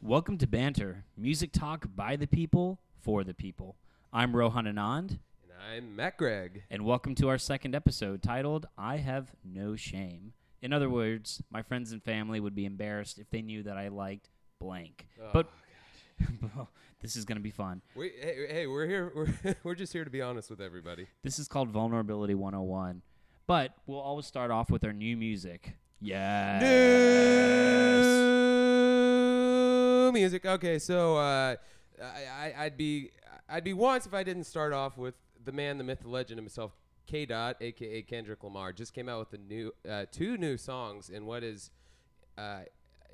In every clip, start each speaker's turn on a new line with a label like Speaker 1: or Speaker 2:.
Speaker 1: Welcome to Banter, music talk by the people for the people. I'm Rohan Anand,
Speaker 2: And I'm Matt Gregg.
Speaker 1: and welcome to our second episode titled I Have No Shame. In other words, my friends and family would be embarrassed if they knew that I liked blank. But this is going to be fun.
Speaker 2: we, hey, hey, we're here. We're, we're just here to be honest with everybody.
Speaker 1: This is called Vulnerability 101. But we'll always start off with our new music. Yes.
Speaker 2: New music. Okay, so uh, I, I, I'd be I'd be once if I didn't start off with the man, the myth, the legend himself, K. Dot, aka Kendrick Lamar, just came out with a new uh, two new songs in what is uh,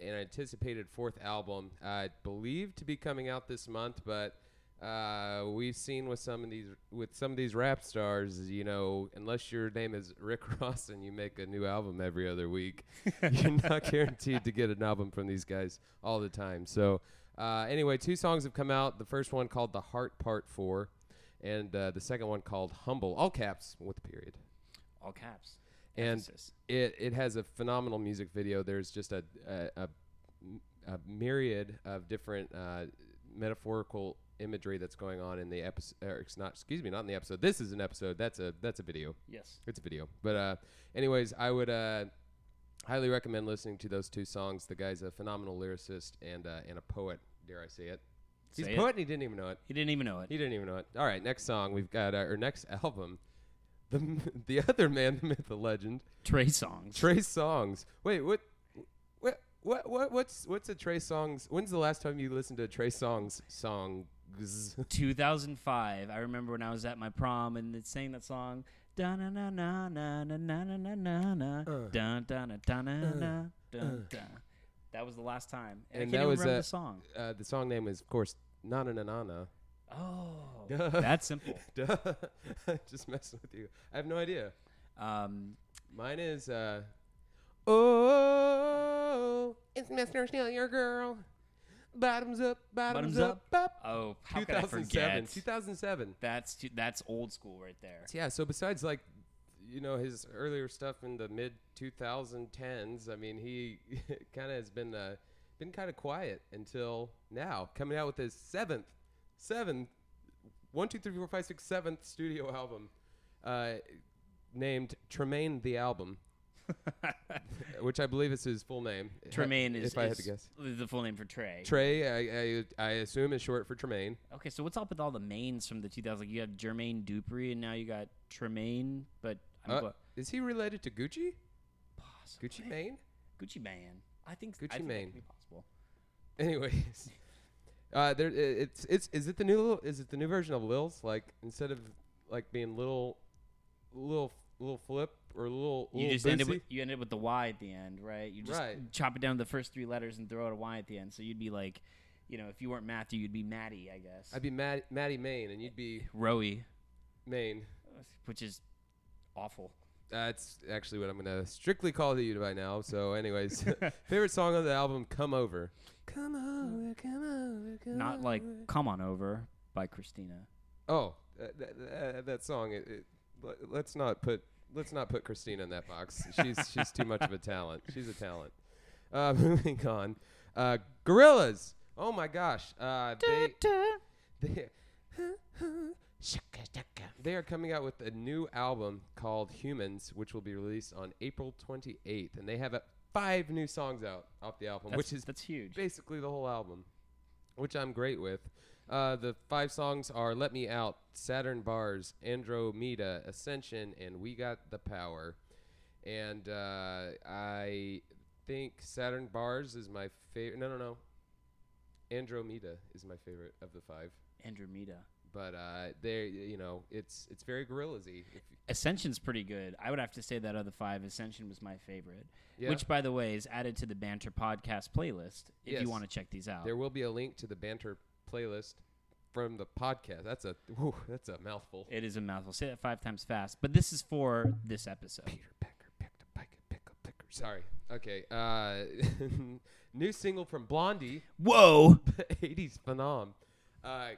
Speaker 2: an anticipated fourth album, I believe to be coming out this month, but. Uh, we've seen with some of these with some of these rap stars, you know, unless your name is Rick Ross and you make a new album every other week, you're not guaranteed to get an album from these guys all the time. So, uh, anyway, two songs have come out. The first one called "The Heart Part 4, and uh, the second one called "Humble," all caps with a period
Speaker 1: All caps.
Speaker 2: and
Speaker 1: Emphasis.
Speaker 2: it, it has a phenomenal music video. There's just a a, a, a myriad of different uh, metaphorical imagery that's going on in the episode. It's not excuse me, not in the episode. This is an episode. That's a that's a video.
Speaker 1: Yes.
Speaker 2: It's a video. But uh, anyways, I would uh, highly recommend listening to those two songs. The guy's a phenomenal lyricist and uh, and a poet. Dare I say it? He's
Speaker 1: Say
Speaker 2: a
Speaker 1: it.
Speaker 2: poet. and He didn't even know it.
Speaker 1: He didn't even know it.
Speaker 2: He didn't even know it. All right, next song we've got uh, our next album. The, m- the other man, the myth, the legend,
Speaker 1: Trey songs.
Speaker 2: Trey Songs. Wait, what? What? What? What? What's what's a Trey Songs? When's the last time you listened to a Trey Songs songs?
Speaker 1: 2005. I remember when I was at my prom and they sang that song. Da na na na na na na na na na na
Speaker 2: Uh.
Speaker 1: dun da na da na
Speaker 2: Uh.
Speaker 1: na dun da. That was the last time, and, I can't even remember the song.
Speaker 2: Uh, the song name is, of course, Na Na Na Na Na.
Speaker 1: Oh,
Speaker 2: Duh.
Speaker 1: that's simple.
Speaker 2: Duh. Just messing with you. I have no idea.
Speaker 1: Um,
Speaker 2: Mine is, uh, oh, it's Mr. Steal Your Girl. Bottoms up, bottoms,
Speaker 1: Bottoms
Speaker 2: up, up.
Speaker 1: oh, how could I
Speaker 2: 2007.
Speaker 1: forget?
Speaker 2: 2007.
Speaker 1: That's too, that's old school right there.
Speaker 2: Yeah, so besides like you know his earlier stuff in the mid 2010s, I mean he kind of has been uh, been kind of quiet until now, coming out with his seventh, seventh, one two three four five six seventh studio album, uh, named Tremaine the album, which I believe is his full name.
Speaker 1: Tremaine is,
Speaker 2: if I had to
Speaker 1: is
Speaker 2: guess.
Speaker 1: the full name for Trey.
Speaker 2: Trey, I, I, I assume is short for Tremaine.
Speaker 1: okay, so what's up with all the mains from the 2000s? Like you have Jermaine Dupri, and now you got Tremaine, but I'm
Speaker 2: Uh,
Speaker 1: glo-
Speaker 2: is he related to Gucci?
Speaker 1: possibly.
Speaker 2: Gucci Mane?
Speaker 1: Gucci Mane. I think
Speaker 2: Gucci
Speaker 1: I think that
Speaker 2: Mane.
Speaker 1: could be possible.
Speaker 2: Anyways, uh, there i- it's it's is it the new little is it the new version of Lil's like instead of like being little, little little flip or little
Speaker 1: You
Speaker 2: little
Speaker 1: just ended
Speaker 2: Boosie?
Speaker 1: with you ended with the Y at the end, right? You just
Speaker 2: Right.
Speaker 1: chop it down to the first three letters and throw out a Y at the end. So you'd be like, you know, if you weren't Matthew, you'd be Matty, I guess.
Speaker 2: I'd be Matt, Maddie Maine and you'd be
Speaker 1: Roey,
Speaker 2: Maine.
Speaker 1: which is awful.
Speaker 2: That's actually what I'm gonna strictly call you by now. So, anyways, favorite song on the album, "Come Over." Come over, come over, come
Speaker 1: Not like
Speaker 2: over.
Speaker 1: "Come On Over" by Christina.
Speaker 2: oh that, that, uh, that song. It, it, let- let's not put let's not put Christina in that box. She's she's too much of a talent. She's a talent. Uh, moving on, uh, Gorillas. Oh my gosh, uh, they they they are coming out with a new album called Humans, which will be released on April 28th, and they have uh, five new songs out off the album,
Speaker 1: That's,
Speaker 2: which is
Speaker 1: that's huge.
Speaker 2: basically the whole album, which I'm great with. Uh, the five songs are "Let Me Out," "Saturn Bars," "Andromeda," "Ascension," and "We Got the Power." And uh, I think "Saturn Bars" is my favorite. No, no, no. "Andromeda" is my favorite of the five.
Speaker 1: Andromeda.
Speaker 2: But uh, there, you know, it's it's very gorillas-y. If you-
Speaker 1: Ascension's pretty good. I would have to say that of the five, Ascension was my favorite.
Speaker 2: Yeah.
Speaker 1: Which, by the way, is added to the Banter Podcast playlist if
Speaker 2: Yes.
Speaker 1: you want to check these out.
Speaker 2: There will be a link to the banter playlist from the podcast. That's a whew, that's a mouthful.
Speaker 1: It is a mouthful. Say that five times fast. But this is for this episode.
Speaker 2: Peter Pecker picked a pick, pick a picker. Sorry. Okay. Uh, new single from Blondie,
Speaker 1: Whoa!
Speaker 2: the 80s phenom. Uh,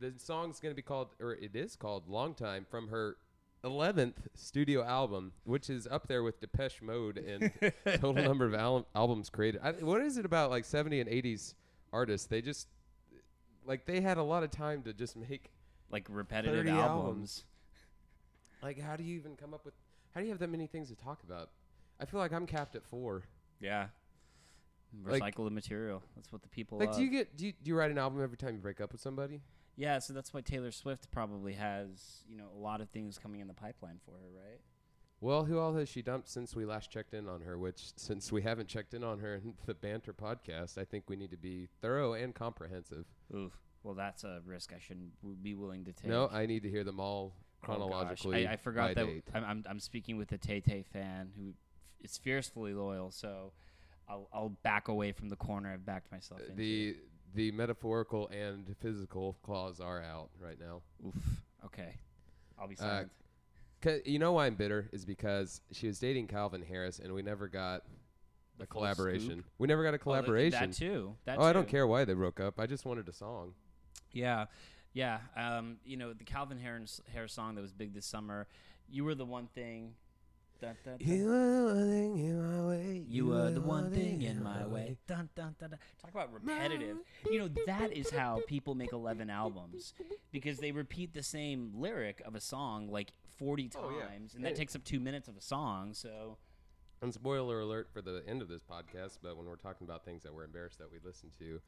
Speaker 2: the song's going to be called, or it is called Long Time from her 11th studio album, which is up there with Depeche Mode and total number of al- albums created. I, what is it about like 70 and 80s artists. They just like they had a lot of time to just make.
Speaker 1: like repetitive
Speaker 2: 30
Speaker 1: albums.
Speaker 2: Like, how do you even come up with? How do you have that many things to talk about? I feel like I'm capped at four.
Speaker 1: Yeah. Recycle
Speaker 2: Like-
Speaker 1: the material. That's what the people
Speaker 2: Like,
Speaker 1: love.
Speaker 2: do you get do you, do you write an album every time you break up with somebody?
Speaker 1: yeah, so that's why Taylor Swift probably has, you know, a lot of things coming in the pipeline for her, right?
Speaker 2: Well, who all has she dumped since we last checked in on her? Which, since we haven't checked in on her in the banter podcast, I think we need to be thorough and comprehensive.
Speaker 1: Oof. Well, that's a risk I shouldn't w- be willing to take.
Speaker 2: No, I need to hear them all
Speaker 1: Oh, gosh.
Speaker 2: chronologically.
Speaker 1: I, I forgot
Speaker 2: by
Speaker 1: that
Speaker 2: date.
Speaker 1: I'm, I'm, I'm speaking with a Tay Tay fan who f- is fiercely loyal, so I'll, I'll back away from the corner I've backed myself into.
Speaker 2: Uh, the the metaphorical and physical claws are out right now.
Speaker 1: Oof. Okay. I'll
Speaker 2: Uh,
Speaker 1: be silent.
Speaker 2: 'Cause- you know why I'm bitter is because she was dating Calvin Harris, and we never got
Speaker 1: The
Speaker 2: a
Speaker 1: full
Speaker 2: collaboration.
Speaker 1: scoop?
Speaker 2: We never got a
Speaker 1: Oh, th-
Speaker 2: collaboration.
Speaker 1: That too. That
Speaker 2: oh, I don't
Speaker 1: too.
Speaker 2: care why they broke up. I just wanted a song.
Speaker 1: Yeah, yeah. Um, you know the Calvin Harris, Harris song that was big this summer. You were the one thing. Dun, dun, dun.
Speaker 2: You are the one thing in my way.
Speaker 1: You were the one thing in my way. Dun, dun, dun, dun. Talk about repetitive. You know that is how people make eleven albums because they repeat the same lyric of a song like forty times,
Speaker 2: Oh, yeah.
Speaker 1: and that
Speaker 2: And-
Speaker 1: takes up two minutes of a song. So
Speaker 2: And spoiler alert for the end of this podcast, but when we're talking about things that we're embarrassed that we listen to,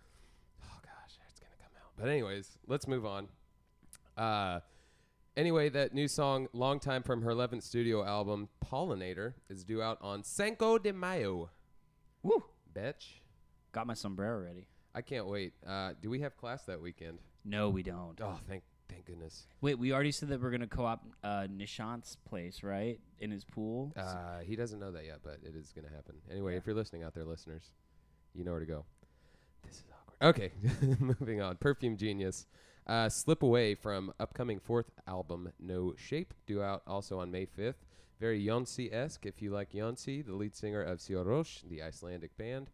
Speaker 2: oh gosh, it's gonna come out. But anyways, let's move on. Uh, anyway, that new song, long time from her 11th studio album, Pollinator, is due out on Cinco de Mayo.
Speaker 1: woo,
Speaker 2: Bitch,
Speaker 1: got my sombrero ready.
Speaker 2: I can't wait. Uh, do we have class that weekend?
Speaker 1: No, we don't.
Speaker 2: Oh, thank thank goodness.
Speaker 1: Wait, we already said that we're gonna co-op uh, Nishant's place, right? In his pool.
Speaker 2: Uh, he doesn't know that yet, but it is gonna happen. Anyway, if you're listening out there, listeners, you know where to go. This is awkward. Okay, moving on. Perfume Genius, uh, Slip Away from upcoming fourth album No Shape, due out also on May 5th. Very Yonsei esque. If you like Yonsei, the lead singer of Siorosh, the Icelandic band,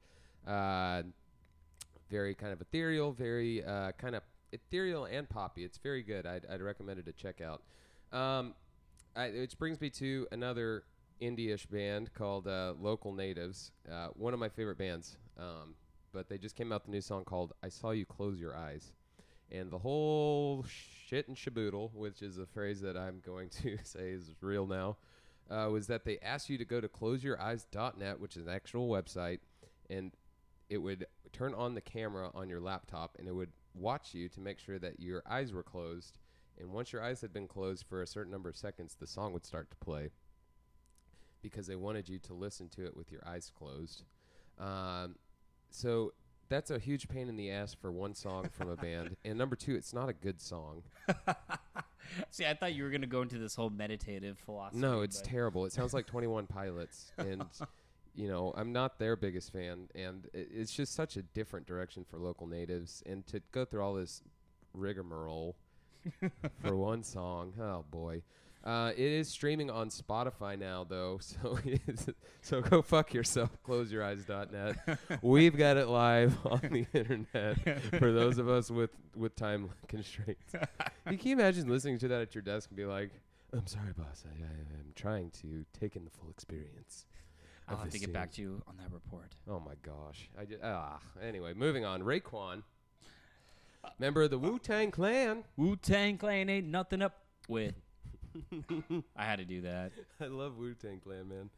Speaker 2: uh, very kind of ethereal, very uh, kind of ethereal and poppy. It's very good. I'd, I'd recommend it to check out. Um, I, which brings me to another indie-ish band called uh, Local Natives, uh, one of my favorite bands. Um, but they just came out with a new song called "I Saw You Close Your Eyes," and the whole shit and shaboodle, which is a phrase that I'm going to say is real now, uh, was that they asked you to go to closeyouryes.net, which is an actual website, and it would turn on the camera on your laptop and it would watch you to make sure that your eyes were closed and once your eyes had been closed for a certain number of seconds, the song would start to play because they wanted you to listen to it with your eyes closed. Um, so that's a huge pain in the ass for one song from a band. And number two, it's not a good song.
Speaker 1: See, I thought you were gonna go into this whole meditative philosophy.
Speaker 2: No, it's
Speaker 1: but-
Speaker 2: terrible. It sounds like 21 Pilots. And, you know, I'm not their biggest fan. And i it's just such a different direction for local natives. And to go through all this rigmarole for one song, oh boy. Uh, it is streaming on Spotify now, though. So, it's- so go fuck yourself. Closeyouryes.net. We've got it live on the internet for those of us with with time constraints. You can imagine listening to that at your desk and be like, "I'm sorry, boss. I, I am trying to take in the full experience."
Speaker 1: I'll
Speaker 2: of
Speaker 1: have to
Speaker 2: this
Speaker 1: get
Speaker 2: scene."
Speaker 1: back to you on that report.
Speaker 2: Oh my gosh. I just, ah. Anyway, moving on. Raekwon, member of the Wu Tang Clan.
Speaker 1: Wu Tang Clan ain't nothing up with. I had to do that.
Speaker 2: I love Wu Tang Clan, man.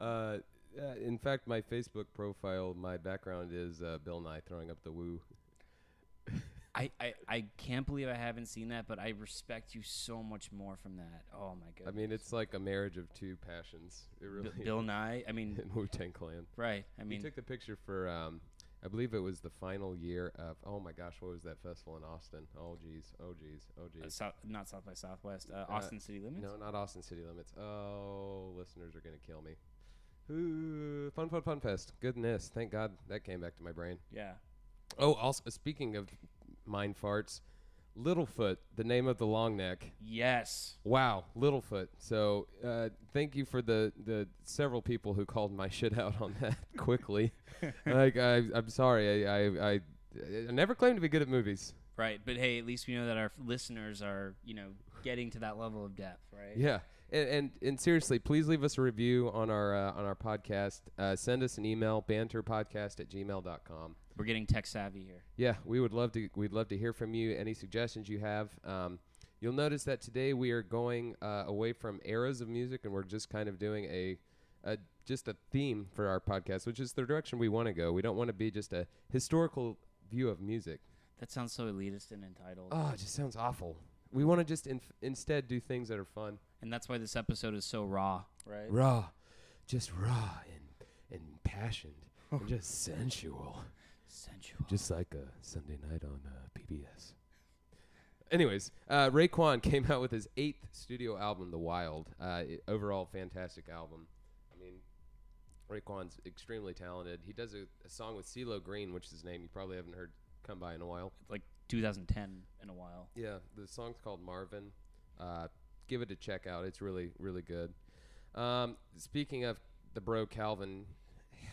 Speaker 2: Uh, uh, in fact, my Facebook profile, my background is uh, Bill Nye throwing up the Wu.
Speaker 1: I, I, I can't believe I haven't seen that, but I respect you so much more from that. Oh my god.
Speaker 2: I mean, it's like a marriage of two passions. It really.
Speaker 1: Bill Nye. I mean,
Speaker 2: Wu Tang Clan.
Speaker 1: right. I
Speaker 2: We
Speaker 1: mean,
Speaker 2: took the picture for, um, I believe it was the final year of. Oh my gosh, what was that festival in Austin? Oh geez, oh geez, oh
Speaker 1: uh,
Speaker 2: geez.
Speaker 1: South, not South by Southwest. Uh, Austin City Limits.
Speaker 2: No, not Austin City Limits. Oh, listeners are gonna kill me. Ooh, fun, fun, fun fest. Goodness, thank God that came back to my brain.
Speaker 1: Yeah.
Speaker 2: Oh, also speaking of mind farts, Littlefoot, the name of the long neck.
Speaker 1: Yes.
Speaker 2: Wow, Littlefoot. So uh, thank you for the, the several people who called my shit out on that quickly. like I, I'm sorry, I, I, I, I never claimed to be good at movies.
Speaker 1: Right. But hey, at least we know that our f- listeners are you know getting to that level of depth, right?
Speaker 2: Yeah, and, and and seriously, please leave us a review on our uh, on our podcast. Uh, send us an email, banterpodcast at gmail.com.
Speaker 1: We're getting tech savvy here.
Speaker 2: Yeah, we would love to. We'd love to hear from you. Any suggestions you have? Um, you'll notice that today we are going uh, away from eras of music, and we're just kind of doing a, a just a theme for our podcast, which is the direction we want to go. We don't want to be just a historical view of music.
Speaker 1: That sounds so elitist and entitled.
Speaker 2: Oh, it just sounds awful. We want to just inf- instead do things that are fun,
Speaker 1: and that's why this episode is so raw, right?
Speaker 2: raw, just raw and and passionate, and just sensual.
Speaker 1: Sensual.
Speaker 2: just like a Sunday night on uh, PBS. Anyways, uh, Raekwon came out with his eighth studio album, The Wild. Uh, i- overall, fantastic album. I mean, Raekwon's extremely talented. He does a, a song with CeeLo Green, which is his name you probably haven't heard come by in a while.
Speaker 1: like 2010 in a while.
Speaker 2: Yeah, the song's called Marvin. Uh, give it a check out. It's really, really good. Um, speaking of the bro Calvin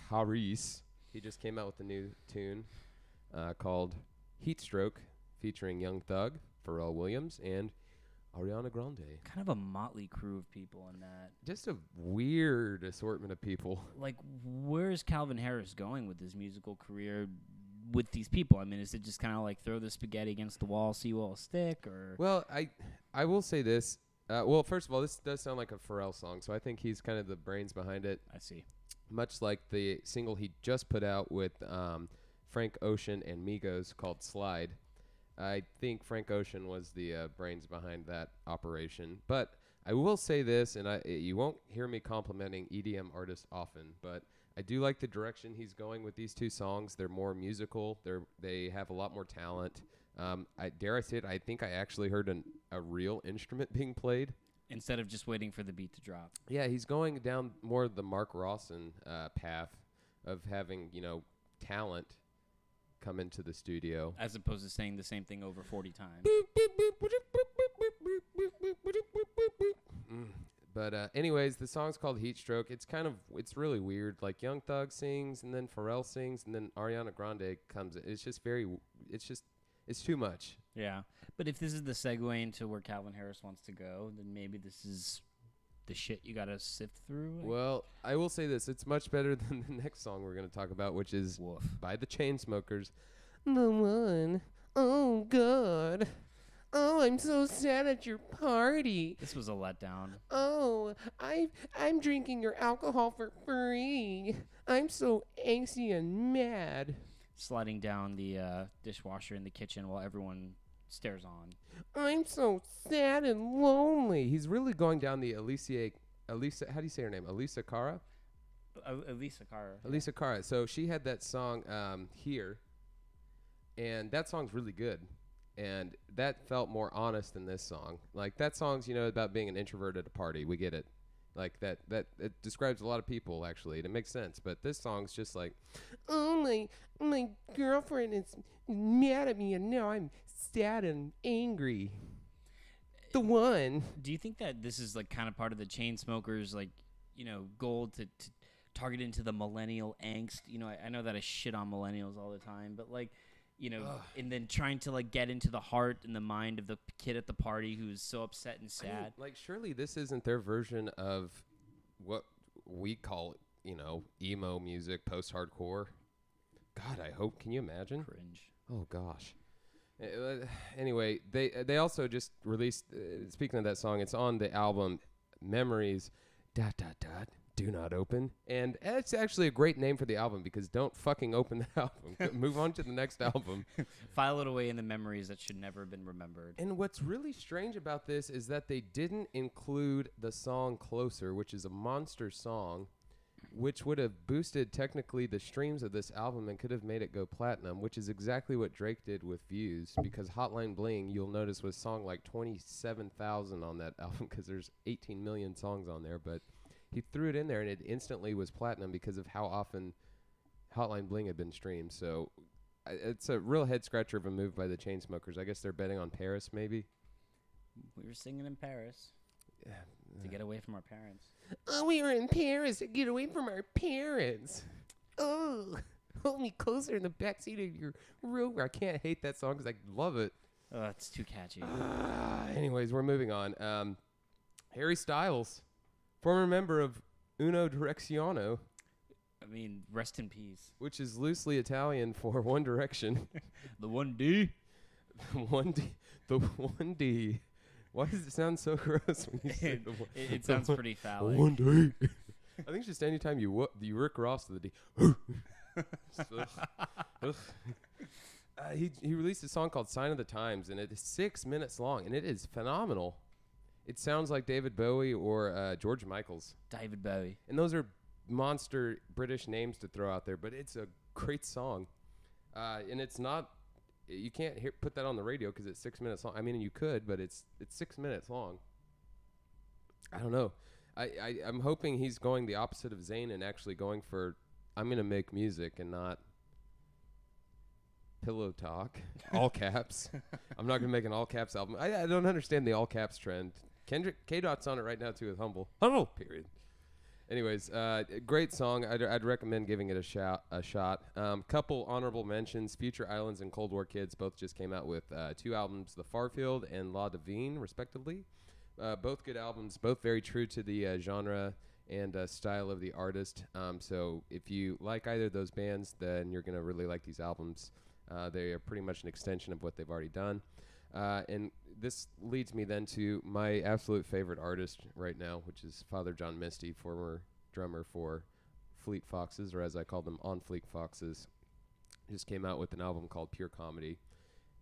Speaker 2: Harris, he just came out with a new tune uh, called Heatstroke, featuring Young Thug, Pharrell Williams, and Ariana Grande.
Speaker 1: Kind of a motley crew of people in that.
Speaker 2: Just a weird assortment of people.
Speaker 1: Like, where is Calvin Harris going with his musical career with these people? I mean, is it just kind of like throw the spaghetti against the wall, see what'll stick, or
Speaker 2: Well, I I will say this. Uh, well, first of all, this does sound like a Pharrell song, so I think he's kind of the brains behind it.
Speaker 1: I see.
Speaker 2: much like the single he just put out with um, Frank Ocean and Migos called Slide. I think Frank Ocean was the uh, brains behind that operation. But I will say this, and I, i- you won't hear me complimenting EDM artists often, but I do like the direction he's going with these two songs. They're more musical. They're they have a lot more talent. Um, I dare I say it. I think I actually heard an, a real instrument being played.
Speaker 1: Instead of just waiting for the beat to drop.
Speaker 2: Yeah, he's going down more the Mark Rawson uh, path of having you know talent come into the studio.
Speaker 1: as opposed to saying the same thing over 40 times.
Speaker 2: Mm. But uh, anyways, the song's called Heatstroke. It's kind of it's really weird. Like Young Thug sings, and then Pharrell sings, and then Ariana Grande comes. in. It's just very. w- It's just it's too much.
Speaker 1: Yeah. But if this is the segue into where Calvin Harris wants to go, then maybe this is the shit you got to sift through. I
Speaker 2: Well, I will say this: it's much better than the next song we're going to talk about, which is
Speaker 1: guess. woof.
Speaker 2: by the Chainsmokers. The one. Oh God. Oh, I'm so sad at your party.
Speaker 1: This was a letdown.
Speaker 2: Oh, I I'm drinking your alcohol for free. I'm so angsty and mad.
Speaker 1: Sliding down the uh, dishwasher in the kitchen while everyone stares on.
Speaker 2: I'm so sad and lonely. He's really going down the Alicia Elisa how do you say her name? Elisa Cara?
Speaker 1: Uh, Elisa Carr.
Speaker 2: Elisa Cara. So she had that song um, here, and that song's really good. And that felt more honest than this song. Like that song's, you know, about being an introvert at a party. We get it. Like that, that it describes a lot of people actually, and it makes sense. But this song's just like, oh my, my girlfriend is mad at me, and now I'm sad and angry. The one.
Speaker 1: Do you think that this is like kind of part of the chain smokers, like, you know, goal to, to target into the millennial angst? You know, I, I know that I shit on millennials all the time, but like, you know, and then trying to like get into the heart and the mind of the p- kid at the party who's so upset and
Speaker 2: I mean,
Speaker 1: sad.
Speaker 2: like surely this isn't their version of what we call, you know, emo music, post-hardcore. God, I hope. Can you imagine?
Speaker 1: Cringe.
Speaker 2: Oh gosh. Uh, uh, Anyway, they uh, they also just released. Uh, speaking of that song, it's on the album Memories. Dot dot dot. Do not open. And it's actually a great name for the album because don't fucking open the album. Go- Move on to the next album.
Speaker 1: File it away in the memories that should never have been remembered.
Speaker 2: And what's really strange about this is that they didn't include the song Closer, which is a monster song, which would have boosted technically the streams of this album and could have made it go platinum, which is exactly what Drake did with Views because Hotline Bling, you'll notice, was song like 27,000 on that album because there's 18 million songs on there. But he threw it in there and it instantly was platinum because of how often Hotline Bling had been streamed. So I- it's a real head scratcher of a move by the Chainsmokers. I guess they're betting on Paris, maybe.
Speaker 1: We were singing in Paris to get away from our parents.
Speaker 2: Oh, we were in Paris to get away from our parents. Oh, hold me closer in the backseat of your rover. I can't hate that song because I love it.
Speaker 1: Oh, it's too catchy.
Speaker 2: Ah, anyways, we're moving on. Um, Harry Styles, former member of Uno Direcciono,
Speaker 1: I mean, rest in peace.
Speaker 2: which is loosely Italian for One Direction.
Speaker 1: The one D.
Speaker 2: The one D, the one D. Why does it sound so gross when you say
Speaker 1: it,
Speaker 2: the one?
Speaker 1: it
Speaker 2: the
Speaker 1: sounds
Speaker 2: one-
Speaker 1: pretty
Speaker 2: the
Speaker 1: phallic.
Speaker 2: one D. I think it's just any time you wo- you Rick Ross to the D. Just, ugh, ugh. Uh, he he released a song called "Sign of the Times" and it is six minutes long and it is phenomenal. It sounds like David Bowie or uh, George Michaels,
Speaker 1: David Bowie.
Speaker 2: and those are monster British names to throw out there, but it's a great song, uh, and it's not. You can't hear, put that on the radio because it's six minutes long. I mean, you could, but it's it's six minutes long. I don't know. I, I I'm hoping he's going the opposite of Zayn and actually going for I'm gonna make music and not pillow talk all caps. I'm not gonna make an all caps album. I, I don't understand the all caps trend. Kendrick K Dot's on it right now too with Humble. Humble period. Anyways, uh, great song. I'd, I'd recommend giving it a shout a shot. Um, couple honorable mentions: Future Islands and Cold War Kids both just came out with uh, two albums, The Farfield and La Divine, respectively. Uh, both good albums, both very true to the uh, genre and uh, style of the artist. Um, so if you like either of those bands, then you're gonna really like these albums. Uh, they are pretty much an extension of what they've already done. Uh, and this leads me then to my absolute favorite artist right now, which is Father John Misty, former drummer for Fleet Foxes, or as I call them, On Fleet Foxes. Just came out with an album called Pure Comedy,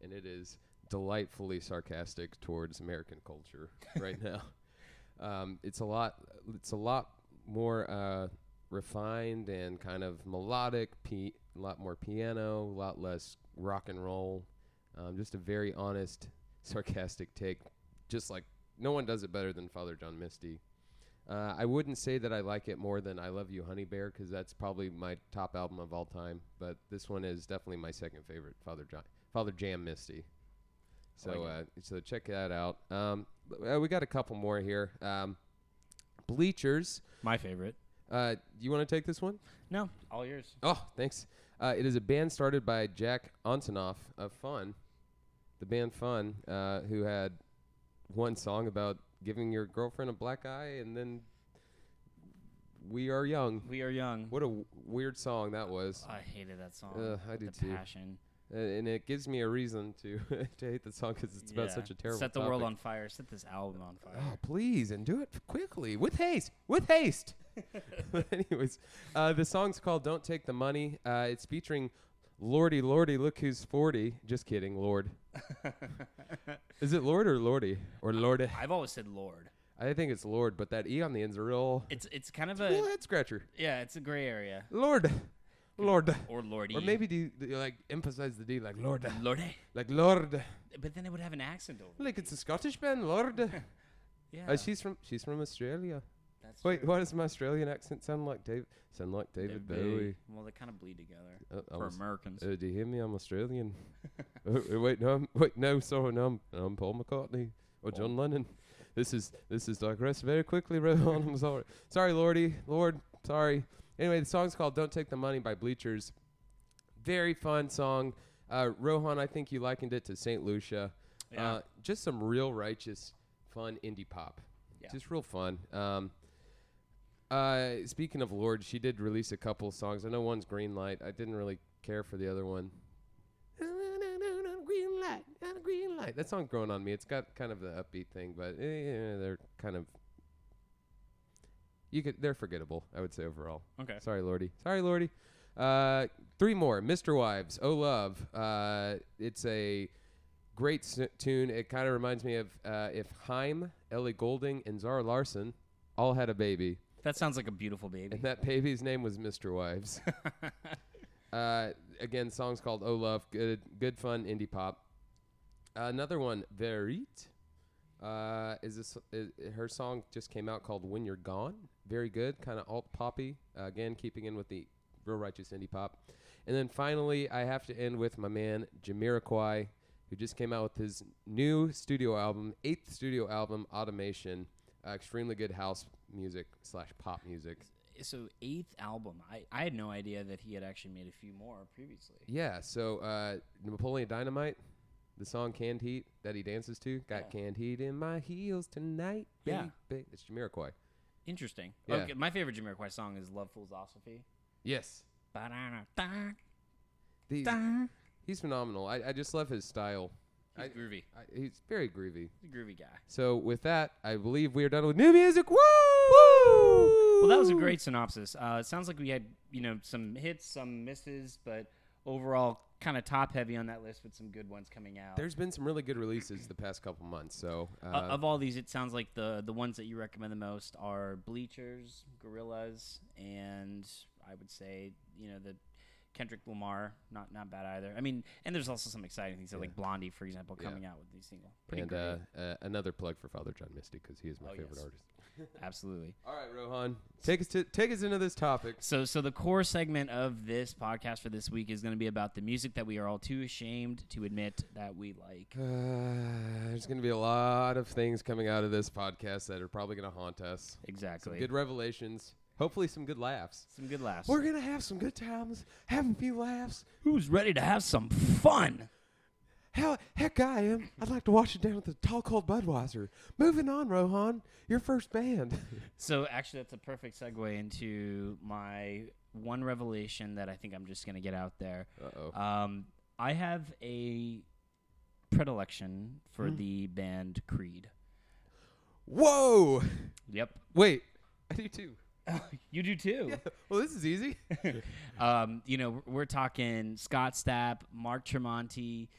Speaker 2: and it is delightfully sarcastic towards American culture right now. Um, it's a lot. It's a lot more uh, refined and kind of melodic. P- a lot more piano, a lot less rock and roll. Um, just a very honest, sarcastic take. Just like no one does it better than Father John Misty. Uh, I wouldn't say that I like it more than I Love You, Honey Bear, because that's probably my top album of all time. But this one is definitely my second favorite, Father John, Father Jam Misty. So,
Speaker 1: like it.
Speaker 2: uh, so check that out. Um, uh, we got a couple more here. Um, Bleachers.
Speaker 1: My favorite.
Speaker 2: Uh, you want to take this one?
Speaker 1: No, all yours.
Speaker 2: Oh, thanks. Uh, it is a band started by Jack Antonoff of Fun, the band Fun, uh, who had one song about giving your girlfriend a black eye, and then "We Are Young."
Speaker 1: We are young.
Speaker 2: What a w- weird song that was,
Speaker 1: I hated that song.
Speaker 2: Ugh, I
Speaker 1: the
Speaker 2: did too.
Speaker 1: passion.
Speaker 2: Uh, and it gives me a reason to to hate the song because it's about
Speaker 1: Yeah.
Speaker 2: such a terrible.
Speaker 1: Set the world
Speaker 2: topic.
Speaker 1: on fire. Set this album on
Speaker 2: Oh,
Speaker 1: fire.
Speaker 2: please, and do it quickly with haste, with haste. but anyways, uh, the song's called "Don't Take the Money." Uh, it's featuring Lordy, Lordy, look who's forty. Just kidding, Lord. Is it Lord or Lordy or Lordy?
Speaker 1: I've always said Lord.
Speaker 2: I think it's Lord, but that e on the end's a real,
Speaker 1: It's it's kind of
Speaker 2: real
Speaker 1: a
Speaker 2: head scratcher.
Speaker 1: yeah. It's a gray area.
Speaker 2: Lord, Lord,
Speaker 1: Or Lordy.
Speaker 2: or maybe do you, do you, like emphasize the d like Lord,
Speaker 1: Lordy.
Speaker 2: like Lord,
Speaker 1: But then it would have an accent over. it.
Speaker 2: like it's a Scottish band, Lord.
Speaker 1: Yeah.
Speaker 2: Uh, she's from she's from Australia.
Speaker 1: that's
Speaker 2: Wait,
Speaker 1: true.
Speaker 2: why does my Australian accent sound like Dave? Sound like David
Speaker 1: They're big.
Speaker 2: Bowie?
Speaker 1: Well, they kind of bleed together
Speaker 2: Uh, I
Speaker 1: for
Speaker 2: was-
Speaker 1: Americans.
Speaker 2: uh, do you hear me? I'm Australian. Uh, uh, wait, no, I'm, wait, no, sorry, no, I'm, I'm Paul McCartney or John Lennon. This is this is digress very quickly, Rohan. I'm sorry, sorry, Lordy, Lord, sorry. Anyway, the song's called "Don't Take the Money" by Bleachers. Very fun song. Uh, Rohan, I think you likened it to Saint Lucia.
Speaker 1: Yeah.
Speaker 2: Uh, just some real righteous, fun indie pop.
Speaker 1: Yeah.
Speaker 2: Just real fun. Um, uh, speaking of Lord, she did release a couple songs. I know one's Green Light. I didn't really care for the other one. Green light, green light. That song's growing on me. It's got kind of the upbeat thing, but eh, they're kind of you could they're forgettable. I would say overall.
Speaker 1: okay.
Speaker 2: Sorry, Lordy. Sorry, Lordy. Uh, three more. Mr. Wives. Oh, love. Uh, it's a great s- tune. It kind of reminds me of uh, if Haim, Ellie Golding, and Zara Larson all had a baby,
Speaker 1: That sounds like a beautiful baby.
Speaker 2: and that baby's name was Mr. Wives. uh, again, song's called Oh Love. Good, good fun indie pop. another one, Verit. Uh, is this is, her song just came out called When You're Gone? Very good, kind of alt poppy. Uh, again, keeping in with the real righteous indie pop. And then finally, I have to end with my man Jamiroquai, who just came out with his new studio album, eighth studio album, Automation. Uh, extremely good house music slash pop music.
Speaker 1: so eighth album. I, I had no idea that he had actually made a few more previously.
Speaker 2: Yeah, so uh, Napoleon Dynamite, The song "Canned Heat" that he dances to got
Speaker 1: Yeah.
Speaker 2: canned heat in my heels tonight.
Speaker 1: Yeah.
Speaker 2: baby. it's Jamiroquai.
Speaker 1: Interesting.
Speaker 2: Yeah.
Speaker 1: Okay, my favorite Jamiroquai song is "Love Fool's Philosophy."
Speaker 2: Yes,
Speaker 1: Ba-da-da-da,
Speaker 2: These-
Speaker 1: da.
Speaker 2: he's phenomenal. I, I just love his style.
Speaker 1: He's
Speaker 2: I-
Speaker 1: groovy.
Speaker 2: I, he's very groovy.
Speaker 1: He's a groovy guy.
Speaker 2: So with that, I believe we are done with new music. Woo! Woo!
Speaker 1: Well, that was a great synopsis. Uh, it sounds like we had you know some hits, some misses, but overall kind of top heavy on that list with some good ones coming out.
Speaker 2: Uh, There's been some really good releases the past couple months. So uh,
Speaker 1: O- of all these, it sounds like the the ones that you recommend the most are Bleachers, Gorillas, and I would say you know the Kendrick Lamar. Not not bad either. I mean, and there's also some exciting things like Blondie, for example,
Speaker 2: Yeah.
Speaker 1: coming out with these single. Pretty
Speaker 2: and
Speaker 1: great.
Speaker 2: uh, uh, another plug for Father John Misty because he is my
Speaker 1: Oh,
Speaker 2: favorite
Speaker 1: yes.
Speaker 2: artist.
Speaker 1: Absolutely.
Speaker 2: All right, Rohan, take us to take us into this topic.
Speaker 1: So, so the core segment of this podcast for this week is going to be about the music that we are all too ashamed to admit that we like.
Speaker 2: Uh, there's going to be a lot of things coming out of this podcast that are probably going to haunt us.
Speaker 1: Exactly.
Speaker 2: Some good revelations. Hopefully, some good laughs.
Speaker 1: Some good laughs.
Speaker 2: We're going to have some good times, have a few laughs.
Speaker 1: Who's ready to have some fun?
Speaker 2: Hell, heck, I am. I'd like to wash it down with a tall, cold Budweiser. Moving on, Rohan, your first band.
Speaker 1: So, actually, that's a perfect segue into my one revelation that I think I'm just going to get out there.
Speaker 2: Uh oh.
Speaker 1: Um, I have a predilection for
Speaker 2: Hmm.
Speaker 1: the band Creed.
Speaker 2: Whoa!
Speaker 1: Yep.
Speaker 2: Wait, I do too.
Speaker 1: you do too.
Speaker 2: Well, this is easy.
Speaker 1: um, you know, we're- we're talking Scott Stapp, Mark Tremonti,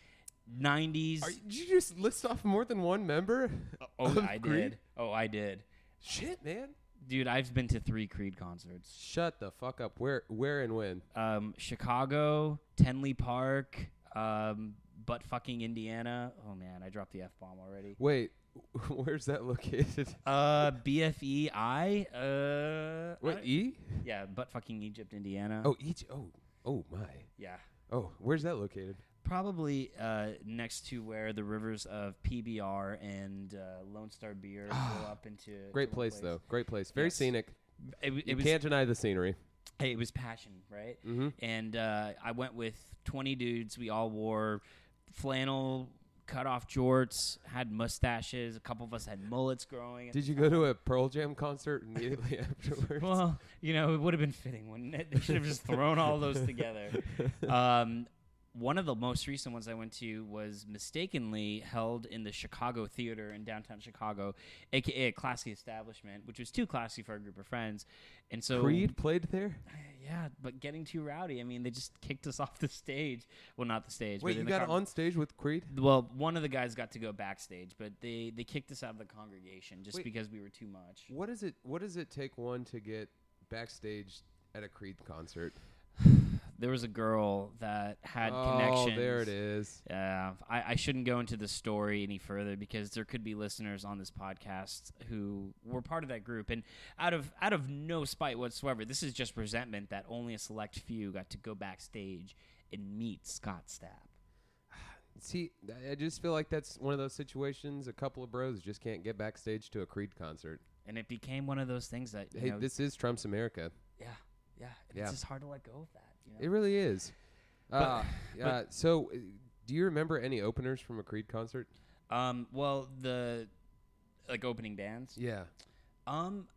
Speaker 1: 90s.
Speaker 2: Are, you- did you just list off more than one member?
Speaker 1: oh,
Speaker 2: of
Speaker 1: I
Speaker 2: Creed?
Speaker 1: did. Oh, I did.
Speaker 2: Shit, man.
Speaker 1: Dude, I've been to three Creed concerts.
Speaker 2: Shut the fuck up. Where, where, and when?
Speaker 1: Um, Chicago, Tenley Park, um, but fucking Indiana. Oh man, I dropped the F bomb already.
Speaker 2: Wait, where's that located?
Speaker 1: Uh, BFEI. Uh, I
Speaker 2: What
Speaker 1: don't-
Speaker 2: E?
Speaker 1: yeah, but fucking Egypt, Indiana.
Speaker 2: Oh, each. Oh, oh my.
Speaker 1: yeah.
Speaker 2: Oh, where's that located?
Speaker 1: Probably uh, next to where the rivers of PBR and uh, Lone Star Beer go up into.
Speaker 2: Great
Speaker 1: to one
Speaker 2: place though. Great place. Very
Speaker 1: Yes.
Speaker 2: scenic.
Speaker 1: It, w-
Speaker 2: You
Speaker 1: it was
Speaker 2: can't deny the scenery.
Speaker 1: hey, it was passion, right?
Speaker 2: Mhm.
Speaker 1: And uh, I went with 20 dudes. We all wore flannel cut off jorts, had mustaches. A couple of us had mullets growing.
Speaker 2: Did you go to a Pearl Jam concert immediately afterwards?
Speaker 1: well, you know, it would have been fitting, wouldn't it? They should have just thrown all those together. Um, one of the most recent ones I went to was mistakenly held in the Chicago Theater in downtown Chicago, aka a classy establishment, which was too classy for a group of friends. And so
Speaker 2: Creed played there.
Speaker 1: Yeah, but getting too rowdy. I mean, they just kicked us off the stage. Well, not the stage. but
Speaker 2: Wait, you
Speaker 1: in the
Speaker 2: got
Speaker 1: con-
Speaker 2: on stage with Creed?
Speaker 1: Well, one of the guys got to go backstage, but they they kicked us out of the congregation just
Speaker 2: Wait.
Speaker 1: because we were too much.
Speaker 2: What is it? What does it take one to get backstage at a Creed concert?
Speaker 1: There was a girl that had
Speaker 2: oh,
Speaker 1: connections.
Speaker 2: there it is.
Speaker 1: Yeah, I, I shouldn't go into the story any further because there could be listeners on this podcast who were part of that group, and out of out of no spite whatsoever, this is just resentment that only a select few got to go backstage and meet Scott Stapp.
Speaker 2: See, I- I just feel like that's one of those situations. A couple of bros just can't get backstage to a Creed concert.
Speaker 1: and it became one of those things that you
Speaker 2: Hey,
Speaker 1: know,
Speaker 2: this is Trump's America.
Speaker 1: yeah, yeah, and
Speaker 2: Yeah.
Speaker 1: It's just hard to let go of that. You know?
Speaker 2: It really is.
Speaker 1: But-
Speaker 2: Uh, uh, so, uh, do you remember any openers from a Creed concert?
Speaker 1: um, well, the like opening bands.
Speaker 2: Yeah,
Speaker 1: Um,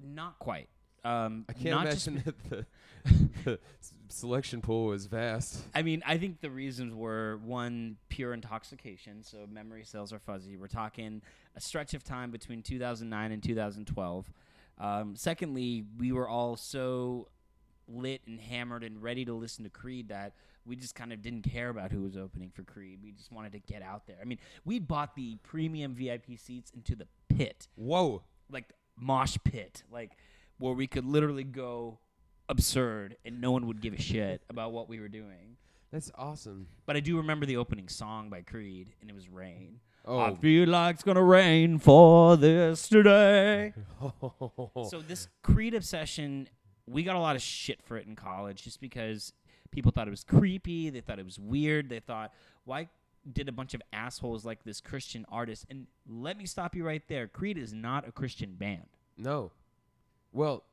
Speaker 1: not quite. Um,
Speaker 2: I can't
Speaker 1: not just
Speaker 2: imagine that the, the s- selection pool was vast.
Speaker 1: I mean, I think the reasons were one, pure intoxication. So memory cells are fuzzy. We're talking a stretch of time between 2009 and 2012. Um, secondly, we were all so lit and hammered and ready to listen to Creed that we just kind of didn't care about who was opening for Creed. We just wanted to get out there. I mean, we bought the premium VIP seats into the pit
Speaker 2: Whoa!
Speaker 1: like mosh pit, like where we could literally go absurd and no one would give a shit about what we were doing.
Speaker 2: That's awesome.
Speaker 1: But I do remember the opening song by Creed, and it was "Rain." I
Speaker 2: Oh,
Speaker 1: feel like it's gonna rain for this today. So this Creed obsession, we got a lot of shit for it in college, just because people thought it was creepy, they thought it was weird, they thought, why did a bunch of assholes like this Christian artist? And let me stop you right there. Creed is not a Christian band.
Speaker 2: no. Well,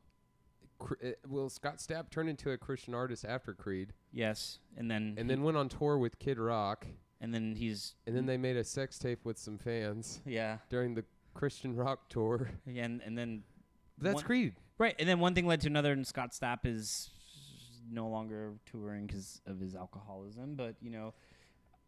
Speaker 2: Cre- uh, well, Scott Stapp turned into a Christian artist after Creed,
Speaker 1: Yes, and then
Speaker 2: and then went on tour with Kid Rock.
Speaker 1: and then he's
Speaker 2: And then they made a sex tape with some fans
Speaker 1: yeah,
Speaker 2: during the Christian rock tour.
Speaker 1: yeah, and, and then
Speaker 2: That's
Speaker 1: One-
Speaker 2: Creed.
Speaker 1: right, and then one thing led to another, and Scott Stapp is no longer touring because of his alcoholism, but you know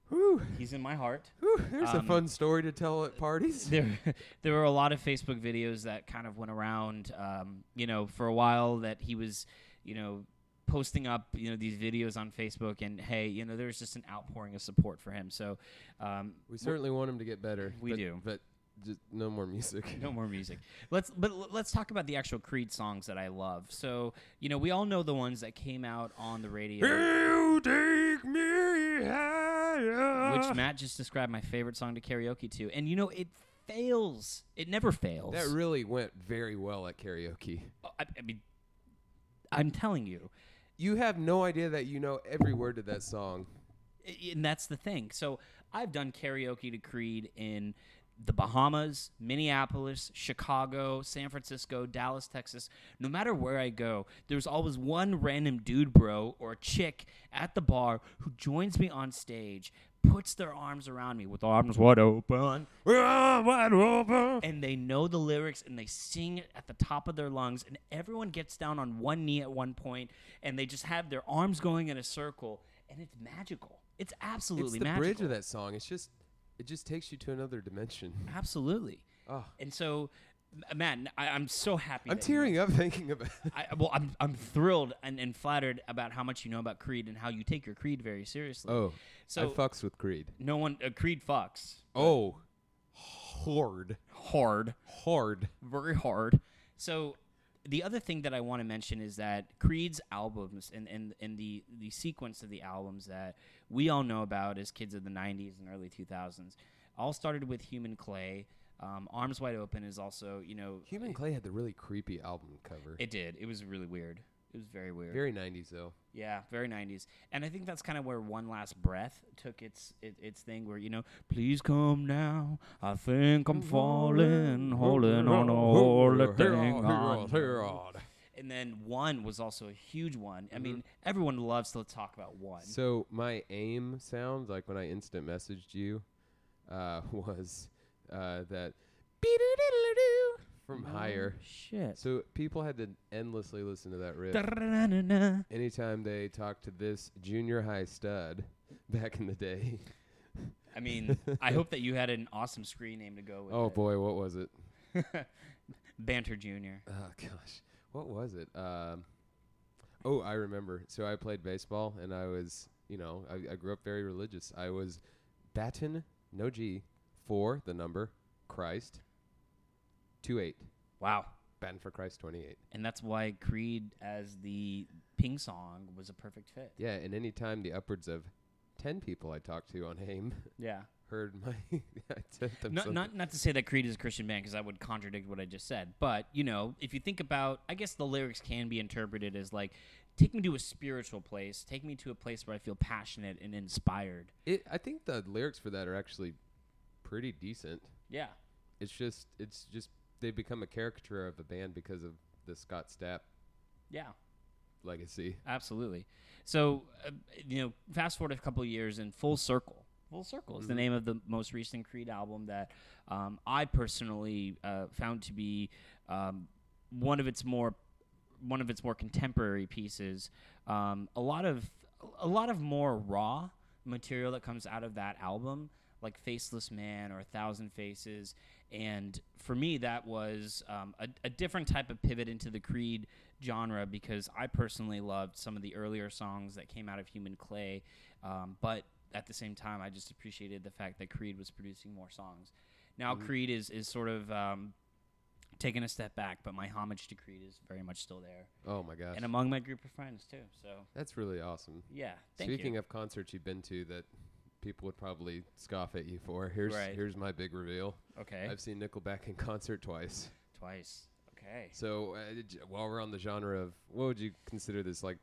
Speaker 2: Whew,
Speaker 1: he's in my heart.
Speaker 2: whew, there's a
Speaker 1: Um,
Speaker 2: fun story to tell at parties.
Speaker 1: there there were a lot of Facebook videos that kind of went around, um, you know, for a while that he was, you know, posting up, you know, these videos on Facebook, and hey, you know, there was just an outpouring of support for him. So, um,
Speaker 2: We certainly want him to get better.
Speaker 1: We
Speaker 2: but-
Speaker 1: do.
Speaker 2: But just no more music.
Speaker 1: no more music. Let's but l- let's talk about the actual Creed songs that I love. So, you know, we all know the ones that came out on the radio.
Speaker 2: You take me higher.
Speaker 1: Which Matt just described my favorite song to karaoke to, and you know it fails. It never fails. Uh,
Speaker 2: That really went very well at karaoke.
Speaker 1: I, I mean, I'm telling you,
Speaker 2: You have no idea that you know every word to that song.
Speaker 1: I- and that's the thing. So I've done karaoke to Creed in the Bahamas, Minneapolis, Chicago, San Francisco, Dallas, Texas. No matter where I go, there's always one random dude bro or chick at the bar who joins me on stage, puts their arms around me with arms wide open,
Speaker 2: Wide open.
Speaker 1: and they know the lyrics and they sing it at the top of their lungs and everyone gets down on one knee at one point and they just have their arms going in a circle and it's magical. It's
Speaker 2: It's
Speaker 1: absolutely
Speaker 2: the
Speaker 1: magical.
Speaker 2: bridge of that song. It's just, it just takes you to another dimension.
Speaker 1: Absolutely.
Speaker 2: Oh,
Speaker 1: And so, m- man, I, I'm so happy.
Speaker 2: I'm
Speaker 1: that you know-
Speaker 2: tearing up thinking about.
Speaker 1: I, well, I'm, I'm thrilled and, and flattered about how much you know about Creed and how you take your Creed very seriously.
Speaker 2: Oh, I
Speaker 1: so
Speaker 2: fucks with Creed.
Speaker 1: no one uh, Creed fucks
Speaker 2: Oh, hard,
Speaker 1: hard,
Speaker 2: hard.
Speaker 1: very hard. So the other thing that I want to mention is that Creed's albums and, and, and the, the sequence of the albums that we all know about as kids of the 90s and early 2000s all started with Human Clay. Um, Arms Wide Open is also, you know,
Speaker 2: Human Clay had the really creepy album cover.
Speaker 1: It did. It was really weird. It was very weird.
Speaker 2: Very 90s though.
Speaker 1: yeah, very 90s. And I think that's kind of where One Last Breath took its it, its thing where, you know, please come now. I think I'm falling, holding on a holy thing. on." And then One was also a huge one. I mean, everyone loves to talk about One.
Speaker 2: Mm-hmm. So my aim sound, like when I instant messaged you, uh, was uh, that "Be-do-do-do-do" from higher.
Speaker 1: Shit.
Speaker 2: So people had to endlessly listen to that riff.
Speaker 1: Da-da-da-da-da.
Speaker 2: Anytime they talked to this junior high stud back in the day.
Speaker 1: I mean, I hope that you had an awesome screen name to go with.
Speaker 2: Oh
Speaker 1: it.
Speaker 2: boy, what was it?
Speaker 1: Banter Junior.
Speaker 2: Oh gosh, what was it? Um, oh, I remember. So I played baseball, and I was, you know, I, I grew up very religious. I was Baton, no G, for the number Christ, two eight.
Speaker 1: Wow.
Speaker 2: Baton for Christ, twenty eight.
Speaker 1: And that's why Creed as the ping song was a perfect fit.
Speaker 2: Yeah, and any time the upwards of ten people I talked to on AIM
Speaker 1: Yeah.
Speaker 2: heard my, I sent them
Speaker 1: Not,
Speaker 2: something.
Speaker 1: not not to say that Creed is a Christian band because I would contradict what I just said, but you know, if you think about, I guess the lyrics can be interpreted as like, take me to a spiritual place, take me to a place where I feel passionate and inspired.
Speaker 2: It, I think the lyrics for that are actually pretty decent.
Speaker 1: Yeah.
Speaker 2: It's just, it's just they've become a caricature of a band because of the Scott Stapp
Speaker 1: Yeah.
Speaker 2: legacy.
Speaker 1: Absolutely. So, uh, you know, fast forward a couple years and Full Circle. Full Circle is the name of the most recent Creed album that um, I personally uh, found to be um, one of its more one of its more contemporary pieces. Um, a lot of a lot of more raw material that comes out of that album, like Faceless Man or A Thousand Faces. And for me, that was um, a, a different type of pivot into the Creed genre because I personally loved some of the earlier songs that came out of Human Clay. Um, but at the same time, I just appreciated the fact that Creed was producing more songs. Now, Creed is, is sort of um, taking a step back, but my homage to Creed is very much still there.
Speaker 2: Oh my gosh,
Speaker 1: And among my group of friends, too. So,
Speaker 2: that's really awesome.
Speaker 1: yeah. Thank
Speaker 2: Speaking
Speaker 1: you.
Speaker 2: of concerts you've been to that people would probably scoff at you for, here's
Speaker 1: Right.
Speaker 2: here's my big reveal.
Speaker 1: okay.
Speaker 2: I've seen Nickelback in concert twice.
Speaker 1: Twice. Okay.
Speaker 2: So uh, j- while we're on the genre of what would you consider this like?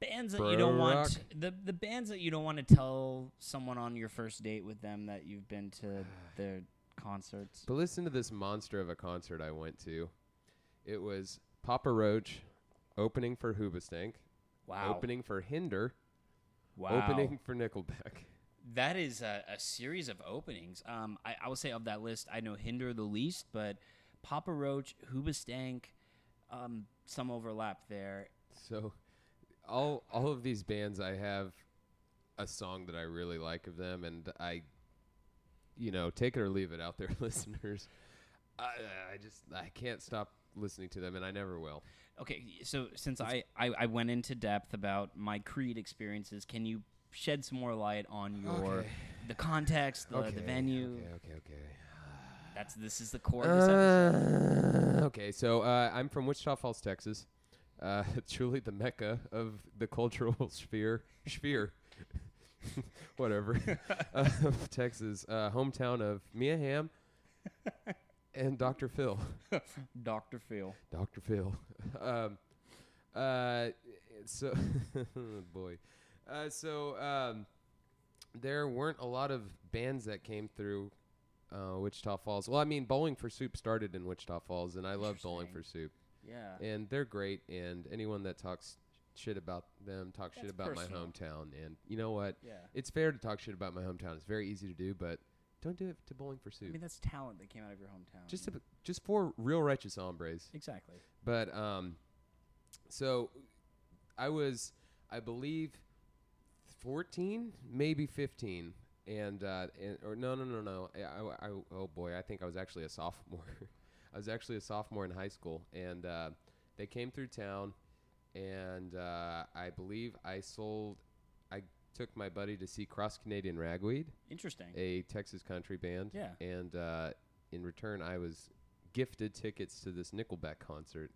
Speaker 1: bands that you don't
Speaker 2: Bro
Speaker 1: want the the bands that you don't want to tell someone on your first date with them that you've been to their concerts.
Speaker 2: But listen to this monster of a concert I went to. It was Papa Roach opening for Hoobastank,
Speaker 1: Wow.
Speaker 2: opening for Hinder,
Speaker 1: wow.
Speaker 2: opening for Nickelback.
Speaker 1: That is a, a series of openings. Um, I, I would say of that list, I know Hinder the least, but Papa Roach, Huba Stank, um, some overlap there.
Speaker 2: So, all all of these bands, I have a song that I really like of them, and I, you know, take it or leave it out there, listeners. I, I just I can't stop listening to them, and I never will.
Speaker 1: Okay, so since I, I, I went into depth about my Creed experiences, can you shed some more light on your
Speaker 2: Okay.
Speaker 1: the context, the, the venue?
Speaker 2: Okay, okay, okay.
Speaker 1: That's this is the core of this episode.
Speaker 2: Uh, okay, so uh, I'm from Wichita Falls, Texas. Uh, truly the mecca of the cultural sphere, sphere, whatever, of Texas. Uh, hometown of Mia Hamm and Dr. Phil.
Speaker 1: Dr. Phil.
Speaker 2: Dr. Phil. Um, uh, so, oh, boy. Uh, so, um, there weren't a lot of bands that came through uh, Wichita Falls. Well, I mean, Bowling for Soup started in Wichita Falls, and I love Bowling for Soup.
Speaker 1: Yeah.
Speaker 2: And they're great, and anyone that talks shit about them talks shit
Speaker 1: That's
Speaker 2: about
Speaker 1: personal.
Speaker 2: my hometown. And you know what?
Speaker 1: Yeah.
Speaker 2: It's fair to talk shit about my hometown. It's very easy to do, but don't do it to Bowling for Soup.
Speaker 1: I mean that's talent that came out of your hometown.
Speaker 2: just, to, just for real righteous hombres.
Speaker 1: exactly.
Speaker 2: But um, so I was, I believe, fourteen, maybe fifteen, and uh, and, or no, no, no, no. I, I, I- oh boy, I think I was actually a sophomore. I was actually a sophomore in high school, and uh, they came through town, and uh, I believe I sold. I took my buddy to see Cross Canadian Ragweed,
Speaker 1: Interesting.
Speaker 2: a Texas country band,
Speaker 1: Yeah.
Speaker 2: and uh, in return, I was gifted tickets to this Nickelback concert.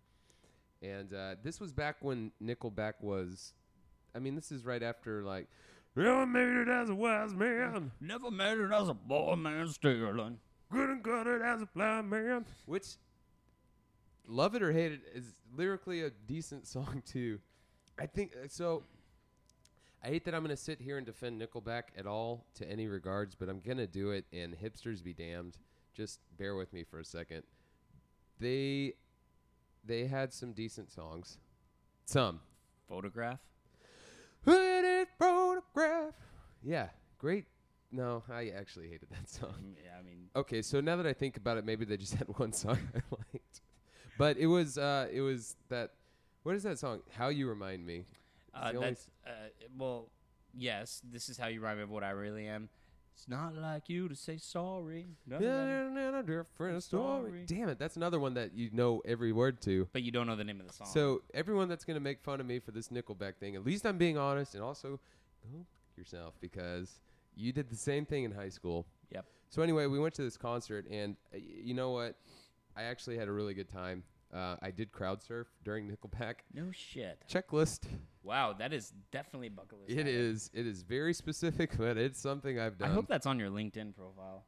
Speaker 2: And uh, this was back when Nickelback was, I mean, this is right after like, well, I made it as a wise man,
Speaker 1: Never made it as a boy man stealing.
Speaker 2: couldn't cut it as a blind man. Which, love it or hate it, is lyrically a decent song too. I think uh, so. I hate that I'm gonna sit here and defend Nickelback at all to any regards, but I'm gonna do it. And hipsters be damned. Just bear with me for a second. They, they had some decent songs. Some.
Speaker 1: Photograph.
Speaker 2: Hooded photograph. Yeah, great. No, I actually hated that song.
Speaker 1: Mm, Yeah, I mean
Speaker 2: Okay, so now that I think about it, maybe they just had one song I liked, but it was uh, it was that. What is that song? How you remind me. It's
Speaker 1: uh,
Speaker 2: the only
Speaker 1: that's uh, well, yes, this is how you rhyme of what I really am. It's not like you to say sorry. No, no, no.
Speaker 2: a different
Speaker 1: Story.
Speaker 2: story. Damn it, that's another one that you know every word to.
Speaker 1: But you don't know the name of the song.
Speaker 2: So everyone that's gonna make fun of me for this Nickelback thing, at least I'm being honest, and also go f- yourself because you did the same thing in high school.
Speaker 1: Yep.
Speaker 2: So anyway, we went to this concert, and uh, y- you know what? I actually had a really good time. Uh, I did crowd surf during Nickelback.
Speaker 1: no shit.
Speaker 2: Checklist.
Speaker 1: Wow, that is definitely a bucket list.
Speaker 2: It
Speaker 1: item.
Speaker 2: is. um, It is very specific, but it's something I've
Speaker 1: I
Speaker 2: done.
Speaker 1: hope that's on your LinkedIn profile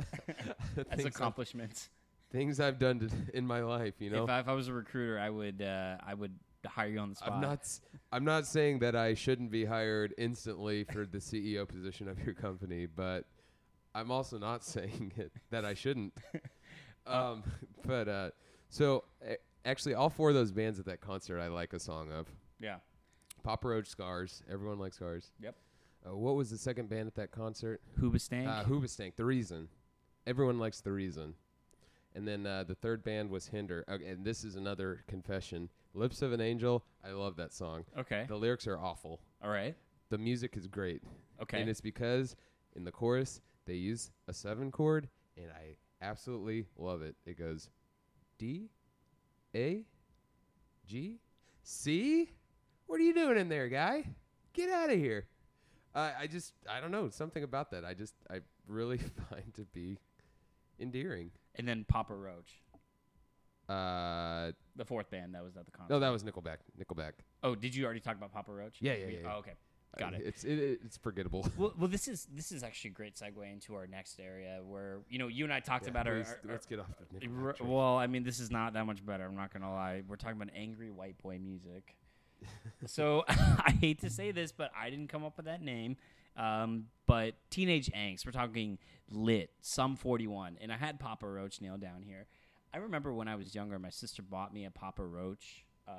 Speaker 1: as
Speaker 2: Things I've-
Speaker 1: accomplishments.
Speaker 2: things I've done to, in my life. You know,
Speaker 1: If, I, if I was a recruiter, I would uh, I would hire you on the spot.
Speaker 2: I'm not. s- I'm not saying that I shouldn't be hired instantly for the CEO position of your company, but I'm also not saying it, that I shouldn't. Um, but uh, so a- actually, all four of those bands at that concert, I like a song of
Speaker 1: Yeah.
Speaker 2: Papa Roach, Scars. Everyone likes Scars.
Speaker 1: Yep.
Speaker 2: Uh, what was the second band at that concert?
Speaker 1: Hoobastank.
Speaker 2: Uh, Hoobastank. The reason. Everyone likes the reason. And then uh, the third band was Hinder. Okay, and this is another confession. Lips of an Angel. I love that song.
Speaker 1: okay.
Speaker 2: The lyrics are awful.
Speaker 1: All right.
Speaker 2: The music is great.
Speaker 1: Okay.
Speaker 2: And it's because in the chorus they use a seven chord, and I absolutely love it. It goes D, A, G, C. What are you doing in there, guy? Get out of here. Uh, I just, I don't know, something about that. I just, I really find to be endearing.
Speaker 1: and then Papa Roach,
Speaker 2: Uh,
Speaker 1: the fourth band that was at the concert.
Speaker 2: no, that was Nickelback. Nickelback.
Speaker 1: oh, did you already talk about Papa Roach?
Speaker 2: Yeah, yeah,
Speaker 1: We-
Speaker 2: yeah, yeah.
Speaker 1: Oh, okay. Got
Speaker 2: Uh,
Speaker 1: it.
Speaker 2: It's it, it's forgettable.
Speaker 1: Well, well, this is this is actually a great segue into our next area where you know you and I talked about our,
Speaker 2: Please,
Speaker 1: our-
Speaker 2: let's get off the
Speaker 1: our-
Speaker 2: Nickelback. train.
Speaker 1: well, I mean this is not that much better. I'm not gonna lie. We're talking about angry white boy music. so I hate to say this, but I didn't come up with that name. Um, but teenage angst. We're talking lit. Some 41, and I had Papa Roach nailed down here. I remember when I was younger, my sister bought me a Papa Roach uh,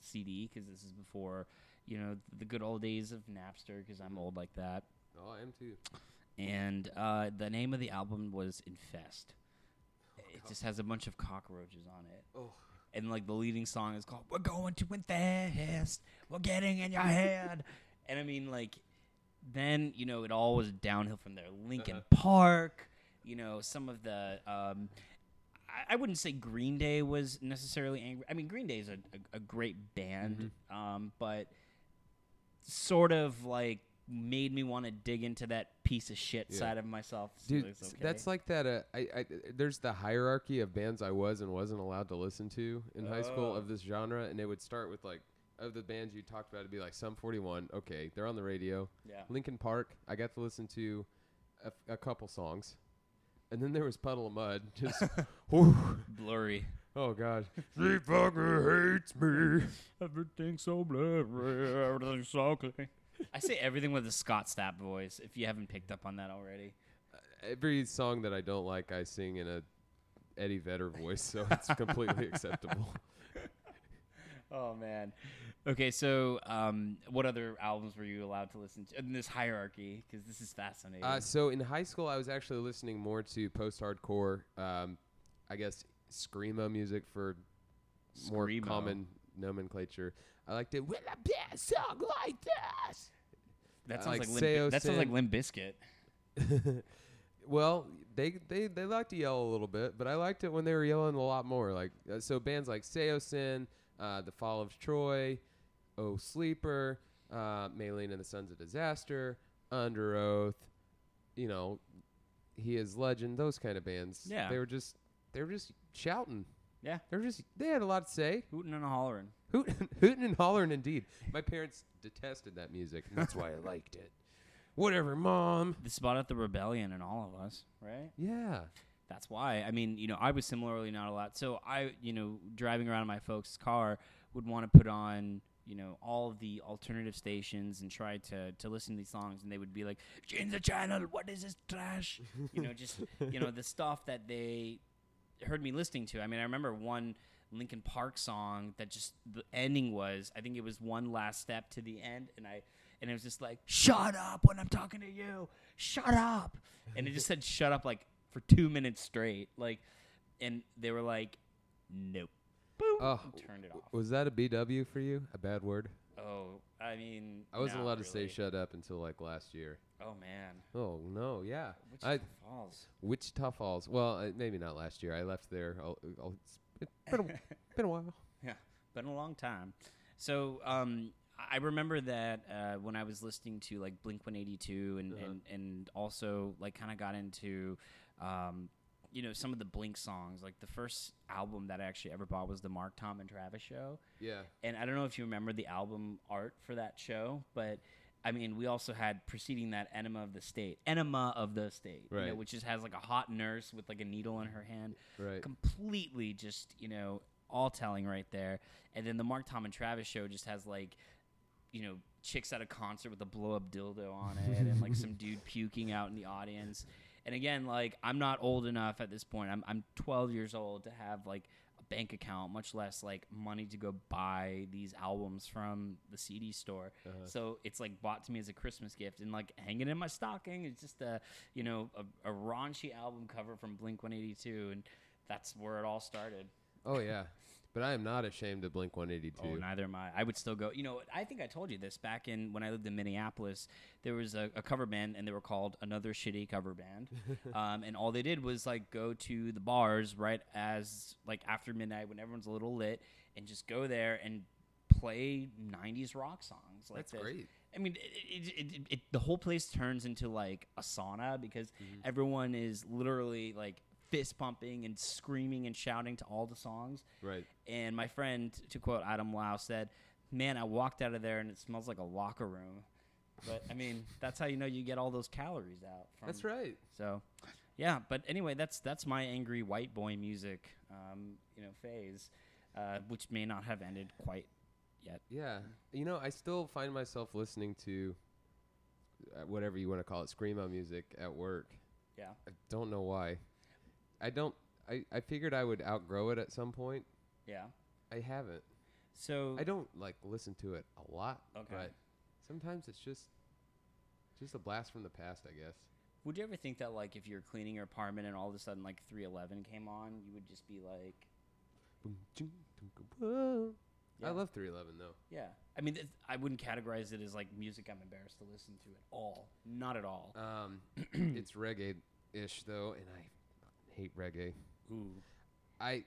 Speaker 1: CD because this is before you know the good old days of Napster. Because I'm old like that.
Speaker 2: Oh, I am too.
Speaker 1: and uh, the name of the album was Infest. It just has a bunch of cockroaches on it,
Speaker 2: Oh,
Speaker 1: and like the leading song is called "We're Going to Infest." We're getting in your head, and I mean like, then you know it all was downhill from there. Linkin
Speaker 2: Uh-huh.
Speaker 1: Park, you know some of the. Um, I- I wouldn't say Green Day was necessarily angry. I mean, Green Day is a, a, a great band,
Speaker 2: Mm-hmm.
Speaker 1: um, but sort of like made me want to dig into that piece of shit
Speaker 2: Yeah.
Speaker 1: side of myself. so
Speaker 2: dude,
Speaker 1: it's
Speaker 2: s-
Speaker 1: okay.
Speaker 2: that's like that. Uh, I, I, there's the hierarchy of bands I was and wasn't allowed to listen to in high school
Speaker 1: Oh.
Speaker 2: of this genre, and it would start with like of the bands you talked about. It'd be like Sum 41. Okay, they're on the radio.
Speaker 1: yeah.
Speaker 2: Lincoln Park. I got to listen to a, f- a couple songs, and then there was Puddle of Mud. Just, whew,
Speaker 1: blurry.
Speaker 2: oh god, she fucker hates me.
Speaker 1: Everything's so blurry. Everything's so clean. I say everything with a Scott Stapp voice. If you haven't picked up on that already,
Speaker 2: Every song that I don't like, I sing in a Eddie Vedder voice, so it's completely acceptable.
Speaker 1: oh man. Okay, so um, what other albums were you allowed to listen to in this hierarchy? Because this is fascinating.
Speaker 2: Uh, so in high school, I was actually listening more to post-hardcore, um, I guess screamo music for more
Speaker 1: Screamo.
Speaker 2: common nomenclature. I liked it. Will I be a song like this?
Speaker 1: that
Speaker 2: I
Speaker 1: sounds
Speaker 2: like Oh
Speaker 1: like, Limp,
Speaker 2: Seo
Speaker 1: that sounds like
Speaker 2: Sin.
Speaker 1: Limp Biscuit.
Speaker 2: well, they they they like to yell a little bit, but I liked it when they were yelling a lot more. Like uh, so, bands like Seosin, uh, The Fall of Troy, Oh Sleeper, uh, Maylene and the Sons of Disaster, Under Oath, you know, He Is Legend. Those kind of bands.
Speaker 1: Yeah.
Speaker 2: they were just they were just shouting.
Speaker 1: Yeah.
Speaker 2: they were just they had a lot to say.
Speaker 1: Hootin' and a hollering.
Speaker 2: Hoot, hooting and hollering, indeed. My parents detested that music, and that's why I liked it. Whatever, mom.
Speaker 1: This brought out the rebellion in all of us, right?
Speaker 2: Yeah.
Speaker 1: that's why. I mean, you know, I was similarly not allowed. So I, you know, driving around in my folks' car would want to put on, you know, all of the alternative stations and try to to listen to these songs, and they would be like, "Change the channel. What is this trash?" you know, just you know the stuff that they heard me listening to. I mean, I remember one Linkin Park song that just the ending was I think it was one last step to the end, and I and it was just like shut up when I'm talking to you, shut up, and it just said shut up like for two minutes straight, like, and they were like, nope, boom,
Speaker 2: Oh,
Speaker 1: and turned it off.
Speaker 2: Was that a BW for you? A bad word?
Speaker 1: Oh, I mean,
Speaker 2: I wasn't
Speaker 1: not
Speaker 2: allowed to
Speaker 1: really.
Speaker 2: say shut up until like last year.
Speaker 1: Oh man,
Speaker 2: Oh no, yeah.
Speaker 1: which
Speaker 2: I,
Speaker 1: falls.
Speaker 2: Wichita Falls. Well, uh, maybe not last year. I left there. I'll, I'll, it's been a, been a while.
Speaker 1: Yeah, been a long time. So um, I remember that uh, when I was listening to like Blink One Eighty Two, and, and and also like kind of got into, um, you know, some of the Blink songs. Like the first album that I actually ever bought was the Mark Tom and Travis show,
Speaker 2: Yeah.
Speaker 1: and I don't know if you remember the album art for that show, but. I mean, we also had preceding that enema of the state, enema of the state, you know,
Speaker 2: Right.
Speaker 1: which just has like a hot nurse with like a needle in her hand
Speaker 2: Right.
Speaker 1: completely just you know all telling right there and then the mark tom and travis show just has like you know chicks at a concert with a blow up dildo on it and like some dude puking out in the audience and again like i'm not old enough at this point i'm, I'm 12 years old to have like a bank account much less like money to go buy these albums from the cd store so it's like bought to me as a christmas gift and like hanging in my stocking it's just a you know a, a raunchy album cover from blink 182 and that's where it all started.
Speaker 2: Oh yeah. But I am not ashamed of Blink 182.
Speaker 1: Oh, neither am I. I would still go. You know, I think I told you this back in when I lived in Minneapolis. There was a, a cover band, and they were called Another Shitty Cover Band. um, and all they did was like go to the bars right as like after midnight when everyone's a little lit, and just go there and play '90s rock songs. Like
Speaker 2: That's
Speaker 1: this.
Speaker 2: great.
Speaker 1: I mean, it, it, it, it, the whole place turns into like a sauna because
Speaker 2: Mm-hmm.
Speaker 1: everyone is literally like fist pumping and screaming and shouting to all the songs.
Speaker 2: Right.
Speaker 1: And my friend, to quote Adam Lau, said, "Man, I walked out of there and it smells like a locker room." But I mean, that's how you know you get all those calories out. From,
Speaker 2: That's right.
Speaker 1: So, yeah. But anyway, that's that's my angry white boy music, um, you know, phase, uh, which may not have ended quite yet.
Speaker 2: Yeah. You know, I still find myself listening to uh, whatever you want to call it, screamo music at work.
Speaker 1: Yeah.
Speaker 2: I don't know why. I don't. I, I figured I would outgrow it at some point.
Speaker 1: Yeah.
Speaker 2: I haven't.
Speaker 1: So
Speaker 2: I don't like listen to it a lot.
Speaker 1: Okay.
Speaker 2: But sometimes it's just Just a blast from the past, I guess.
Speaker 1: Would you ever think that like if you're cleaning your apartment and all of a sudden like 311 came on, you would just be like,
Speaker 2: Boom, ching, dunk, whoa.
Speaker 1: Yeah.
Speaker 2: I love 311 though.
Speaker 1: yeah. I mean, th- I wouldn't categorize it as like music I'm embarrassed to listen to at all. Not at all.
Speaker 2: Um, it's reggae ish though, and I fucking hate reggae.
Speaker 1: Ooh.
Speaker 2: I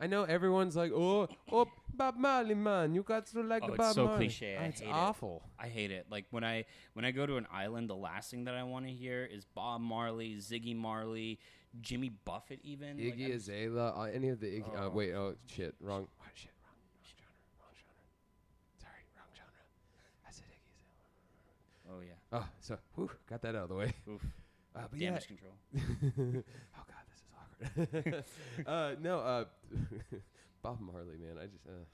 Speaker 2: I know everyone's like, oh, oh, Bob Marley, man, you got to like
Speaker 1: Oh,
Speaker 2: the
Speaker 1: it's
Speaker 2: Bob
Speaker 1: so
Speaker 2: Marley. Ah,
Speaker 1: cliche, I
Speaker 2: it's
Speaker 1: hate it.
Speaker 2: awful.
Speaker 1: I hate it. Like when I when I go to an island, the last thing that I want to hear is Bob Marley, Ziggy Marley, Jimmy Buffett. Even Mm, Like,
Speaker 2: Iggy
Speaker 1: I'm-
Speaker 2: Azalea, uh, any of the Iggy. Uh,
Speaker 1: Oh.
Speaker 2: wait, oh shit, wrong. Oh, shit, wrong, wrong genre, wrong genre. Sorry, wrong genre. I said Iggy Azalea.
Speaker 1: Oh yeah.
Speaker 2: Oh, so whew, got that out of the way.
Speaker 1: Oof.
Speaker 2: Uh, but yeah,
Speaker 1: Damage control.
Speaker 2: oh god, this is awkward. uh, no, uh, Bob Marley, man, I just. Uh,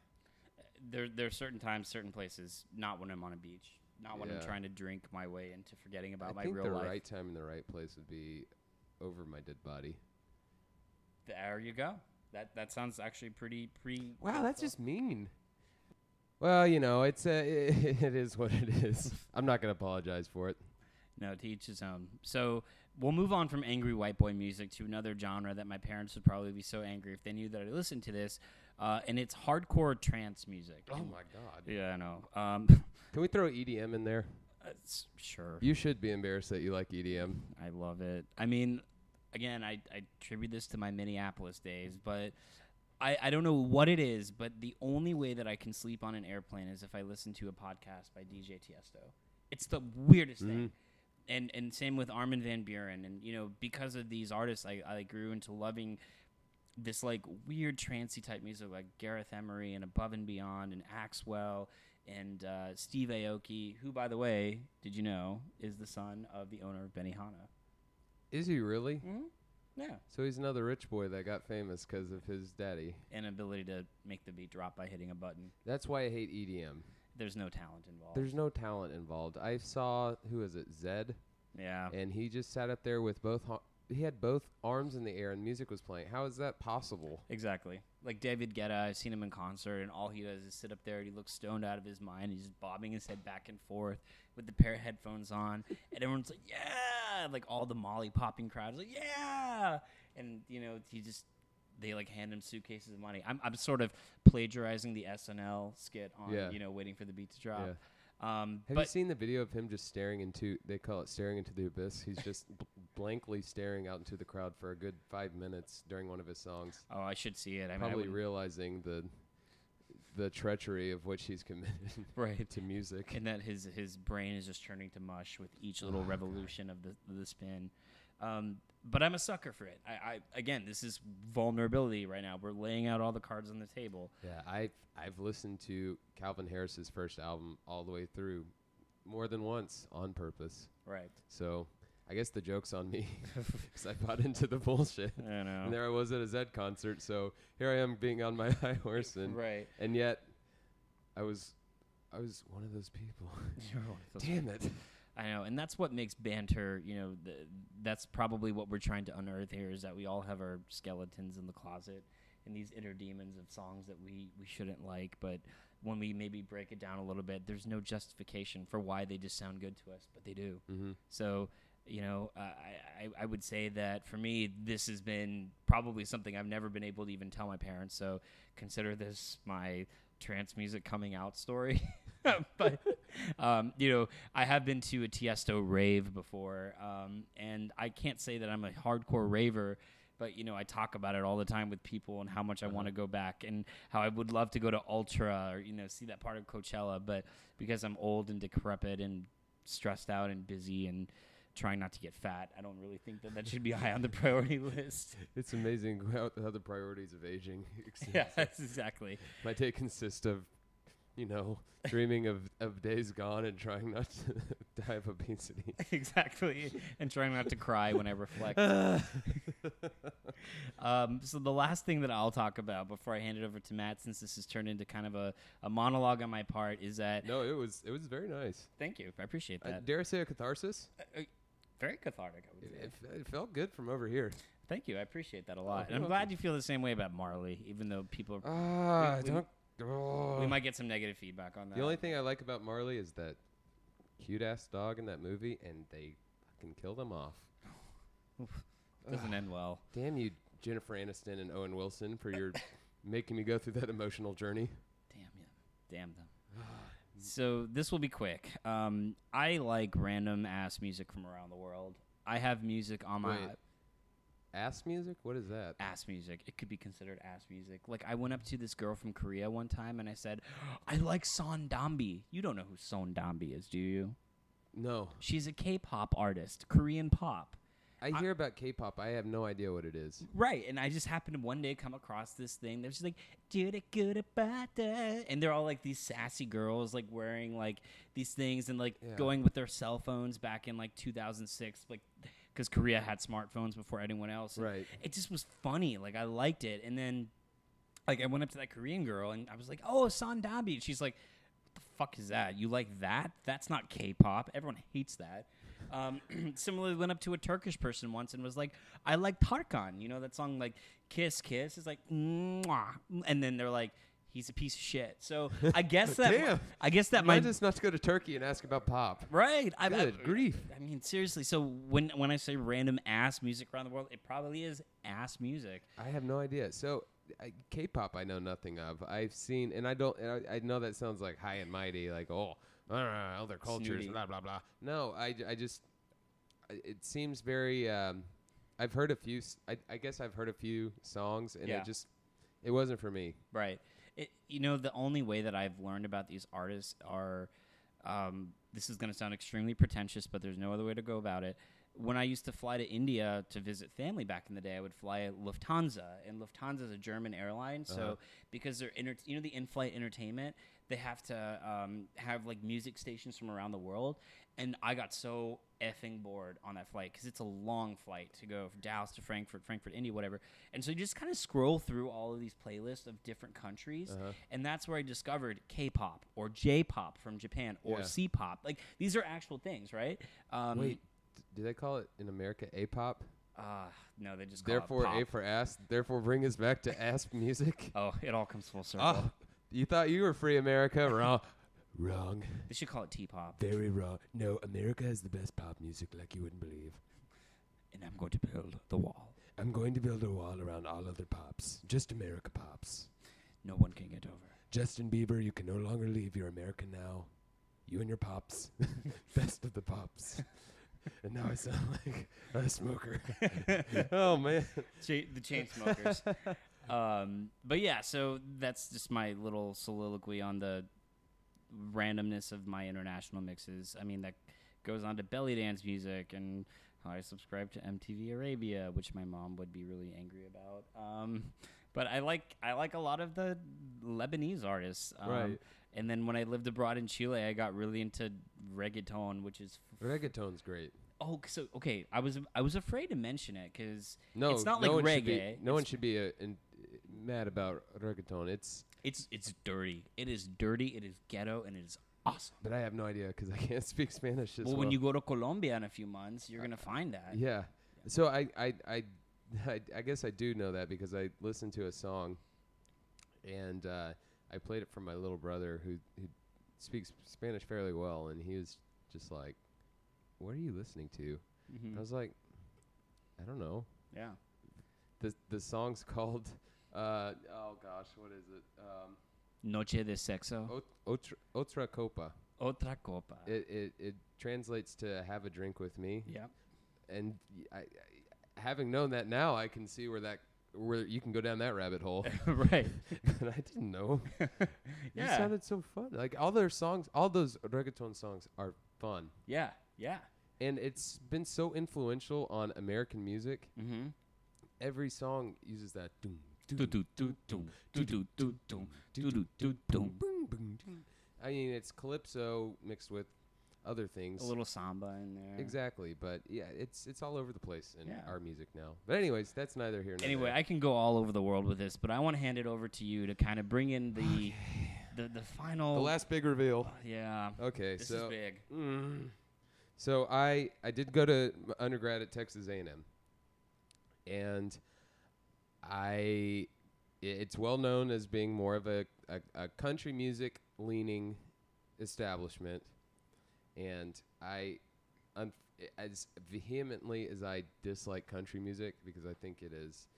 Speaker 1: There there are certain times, certain places. Not when I'm on a beach. Not when I'm
Speaker 2: Yeah.
Speaker 1: trying to drink my way into forgetting about
Speaker 2: I
Speaker 1: my
Speaker 2: think
Speaker 1: real
Speaker 2: the
Speaker 1: life.
Speaker 2: right time and the right place would be over my dead body.
Speaker 1: There you go. That that sounds actually pretty pretty.
Speaker 2: Wow, that's just mean. Well, you know, it's uh, it, it is what it is. I'm not gonna apologize for it.
Speaker 1: No, to each his own. So we'll move on from angry white boy music to another genre that my parents would probably be so angry if they knew that I listened to this, uh, and it's hardcore trance music.
Speaker 2: Oh
Speaker 1: And-
Speaker 2: god.
Speaker 1: Yeah, I know. Um,
Speaker 2: Can we throw EDM in there?
Speaker 1: it's- sure,
Speaker 2: You should be embarrassed that you like E EDM.
Speaker 1: I love it. I mean, again, I I attribute this to my Minneapolis days, but. I, I don't know what it is, but the only way that I can sleep on an airplane is if I listen to a podcast by DJ Tiesto. It's the weirdest thing. And and same with Armin van Buren. And you know, because of these artists, I, I grew into loving this like weird trancey type music, like Gareth Emery and Above and Beyond and Axwell and uh, Steve Aoki, who, by the way, did you know, is the son of the owner of Benihana.
Speaker 2: Is he really?
Speaker 1: Mm-hmm. Yeah,
Speaker 2: So he's another rich boy that got famous because of his daddy.
Speaker 1: an ability to make the beat drop by hitting a button.
Speaker 2: That's why I hate EDM.
Speaker 1: There's no talent involved.
Speaker 2: There's no talent involved. I saw who is it, Zed,
Speaker 1: yeah.
Speaker 2: and he just sat up there with both. ho- He had both arms in the air and music was playing. How is that possible?
Speaker 1: Exactly. Like David Guetta, I've seen him in concert, and all he does is sit up there and he looks stoned out of his mind. He's just bobbing his head back and forth with the pair of headphones on, and everyone's like, "Yeah!" Like all the Molly popping crowds, like, "Yeah!" And you know, he just they like hand him suitcases of money. I'm I'm sort of plagiarizing the SNL skit on
Speaker 2: Yeah.
Speaker 1: you know waiting for the beat to drop. Um,
Speaker 2: Have you
Speaker 1: but
Speaker 2: seen the video of him just staring into? They call it staring into the abyss. He's just bl- blankly staring out into the crowd for a good five minutes during one of his songs,
Speaker 1: oh, I should see it. I mean, I
Speaker 2: probably
Speaker 1: wouldn't-
Speaker 2: realizing the the treachery of which he's committed
Speaker 1: right.
Speaker 2: to music.
Speaker 1: and that his his brain is just turning to mush with each little revolution of the the spin. Um, but I'm a sucker for it. I, I again, this is vulnerability right now. We're laying out all the cards on the table.
Speaker 2: Yeah, I've I've listened to Calvin Harris's first album all the way through, more than once on purpose.
Speaker 1: Right.
Speaker 2: So I guess the joke's on me 'cause I bought into the bullshit.
Speaker 1: I
Speaker 2: And
Speaker 1: know.
Speaker 2: there I was at a Zed concert, so here I am being on my high horse and
Speaker 1: Right.
Speaker 2: and yet I was I was one of those people. Damn it.
Speaker 1: I know, and that's what makes banter. You know, the, that's probably what we're trying to unearth here is that we all have our skeletons in the closet and these inner demons of songs that we we shouldn't like, but when we maybe break it down a little bit, there's no justification for why they just sound good to us, but they do.
Speaker 2: Mm-hmm.
Speaker 1: So, you know, uh, I, I, I would say that for me, this has been probably something I've never been able to even tell my parents. So consider this my trance music coming out story. but, um, you know, I have been to a Tiesto rave before, um, and I can't say that I'm a hardcore raver. But you know, I talk about it all the time with people and how much I want to go back and how I would love to go to Ultra or you know see that part of Coachella. But because I'm old and decrepit and stressed out and busy and trying not to get fat. I don't really think that that should be high on the priority list.
Speaker 2: It's amazing how, how the priorities of aging exist.
Speaker 1: yeah, that's exactly.
Speaker 2: My day consists of, you know, dreaming of, of days gone and trying not to die of obesity.
Speaker 1: Exactly. And trying not to cry when I reflect. um, so, the last thing that I'll talk about before I hand it over to Matt, since this has turned into kind of a, a monologue on my part, is that.
Speaker 2: No, it was it was very nice.
Speaker 1: Thank you. I appreciate
Speaker 2: I,
Speaker 1: that.
Speaker 2: dare I say a catharsis?
Speaker 1: Uh, uh, very cathartic, I would
Speaker 2: It,
Speaker 1: say.
Speaker 2: it, it felt good from over here.
Speaker 1: Thank you. I appreciate that a lot.
Speaker 2: you're
Speaker 1: and I'm glad
Speaker 2: welcome.
Speaker 1: you feel the same way about Marley, even though people.
Speaker 2: Ah,
Speaker 1: we-
Speaker 2: don't.
Speaker 1: Oh. we might get some negative feedback on that.
Speaker 2: the only thing I like about Marley is that cute ass dog in that movie, and they fucking killed him off.
Speaker 1: Doesn't end well.
Speaker 2: Damn you, Jennifer Aniston and Owen Wilson, for your making me go through that emotional journey.
Speaker 1: Damn him. Damn them. so this will be quick. Um, I like random ass music from around the world. I have music on my
Speaker 2: Wait. Ass music? What is that?
Speaker 1: ass music. It could be considered ass music. Like I went up to this girl from Korea one time and I said, "I like Son Dombi." You don't know who Son Dombi is, do you?
Speaker 2: No,
Speaker 1: She's a K-pop artist, Korean pop.
Speaker 2: I hear about K-pop. I have no idea what it is.
Speaker 1: Right, and I just happened to one day come across this thing. They're just like, "Duda guda bada," and they're all like these sassy girls, like wearing like these things and like
Speaker 2: Yeah.
Speaker 1: going with their cell phones back in like 2006, like because Korea had smartphones before anyone else. and
Speaker 2: Right.
Speaker 1: It just was funny. Like I liked it, and then like I went up to that Korean girl and I was like, "Oh, Sandabi," and she's like, "What the fuck is that? You like that? That's not K-pop. Everyone hates that." Um, similarly, went up to a Turkish person once and was like, "I like Tarkan." You know that song, like "Kiss Kiss." It's like, Mwah. and then they're like, "He's a piece of shit." So I guess that
Speaker 2: Damn.
Speaker 1: I guess that
Speaker 2: Might
Speaker 1: might
Speaker 2: just not to go to Turkey and ask about pop.
Speaker 1: right. I, I,
Speaker 2: Good grief.
Speaker 1: I mean, seriously. So when when I say random ass music around the world, it probably is ass music.
Speaker 2: I have no idea. So, I, K-pop, I know nothing of. I've seen, and I don't. And I, I know that sounds like high and mighty, like oh, uh, other cultures,
Speaker 1: Snooty.
Speaker 2: blah blah blah. No, I, j- I just, I- it seems very. Um, I've heard a few. s- I, I guess I've heard a few songs, and
Speaker 1: Yeah.
Speaker 2: it just, it wasn't for me.
Speaker 1: Right. It, you know, the only way that I've learned about these artists are um, this is going to sound extremely pretentious, but there's no other way to go about it. When I used to fly to India to visit family back in the day, I would fly at Lufthansa, and Lufthansa is a German airline. So
Speaker 2: Uh-huh.
Speaker 1: because they're inter- you know the in-flight entertainment, they have to um, have like music stations from around the world. And I got so effing bored on that flight because it's a long flight to go from Dallas to Frankfurt, Frankfurt, India, whatever. And so you just kind of scroll through all of these playlists of different countries,
Speaker 2: Uh-huh.
Speaker 1: and that's where I discovered K-pop or J-pop from Japan or
Speaker 2: Yeah.
Speaker 1: C-pop. Like these are actual things, right? Um,
Speaker 2: Wait, d- do they call it in America A-pop?
Speaker 1: uh, no, they just call
Speaker 2: Therefore,
Speaker 1: it pop.
Speaker 2: A for ass. Therefore, bring us back to ass music.
Speaker 1: oh, it all comes full circle.
Speaker 2: Oh, you thought you were free, America? Wrong. Wrong.
Speaker 1: They should call it T-pop.
Speaker 2: Very wrong. No, America has the best pop music like you wouldn't believe.
Speaker 1: And I'm going to build the wall.
Speaker 2: I'm going to build a wall around all other pops. Just America pops.
Speaker 1: No one can get over.
Speaker 2: Justin Bieber, you can no longer leave. You're American now. You and your pops. Best of the pops. and now I sound like a smoker. oh, man.
Speaker 1: Cha- the chain smokers. um, but yeah, so that's just my little soliloquy on the randomness of my international mixes. I mean, that goes on to belly dance music and how I subscribe to MTV Arabia, which my mom would be really angry about. Um, but I like I like a lot of the Lebanese artists. Um,
Speaker 2: Right.
Speaker 1: And then when I lived abroad in Chile, I got really into reggaeton, which is
Speaker 2: Reggaeton's great.
Speaker 1: oh, so okay. I was I was afraid to mention it because
Speaker 2: No,
Speaker 1: it's not
Speaker 2: no
Speaker 1: like
Speaker 2: one should be-
Speaker 1: reggae.
Speaker 2: no one should be uh, in, mad about reggaeton. It's,
Speaker 1: It's it's dirty. It is dirty. It is ghetto, and it is awesome.
Speaker 2: but I have no idea because I can't speak Spanish as
Speaker 1: Well,
Speaker 2: well.
Speaker 1: when you go to Colombia in a few months, you're gonna find that.
Speaker 2: Uh, Yeah. So I I, I I I guess I do know that because I listened to a song, and uh, I played it for my little brother who who speaks Spanish fairly well, and he was just like, "What are you listening to?"
Speaker 1: Mhm.
Speaker 2: I was like, "I don't know."
Speaker 1: yeah.
Speaker 2: the The song's called. Uh, oh gosh, what is it? Um,
Speaker 1: Noche de sexo,
Speaker 2: Ot- otra, otra copa.
Speaker 1: otra copa.
Speaker 2: It, it it translates to "have a drink with me."
Speaker 1: yeah.
Speaker 2: and y- I, I- having known that now, I can see where that where you can go down that rabbit hole.
Speaker 1: right.
Speaker 2: but I didn't know. It just
Speaker 1: Yeah.
Speaker 2: sounded so fun. Like all their songs, all those reggaeton songs are fun,
Speaker 1: yeah. Yeah.
Speaker 2: and it's been so influential on American music.
Speaker 1: Mm-hmm.
Speaker 2: Every song uses that. Doom,
Speaker 1: Do
Speaker 2: doom,
Speaker 1: do do do do do do do do do do do.
Speaker 2: boom, boom, boom, doom. I mean, it's calypso mixed with other things.
Speaker 1: A little samba in there.
Speaker 2: Exactly, but yeah, it's it's all over the place in
Speaker 1: Yeah.
Speaker 2: our music now. But anyways, that's neither here nor
Speaker 1: Anyway,
Speaker 2: there.
Speaker 1: I can go all over the world with this, but I want to hand it over to you to kind of bring in the the the final.
Speaker 2: the last big reveal.
Speaker 1: yeah.
Speaker 2: Okay,
Speaker 1: This is
Speaker 2: so
Speaker 1: big.
Speaker 2: Mm. so I I did go to m- undergrad at Texas A&M, and I i- it's well known as being more of a a, a country music leaning establishment, and I, un- as vehemently as I dislike country music because I think it is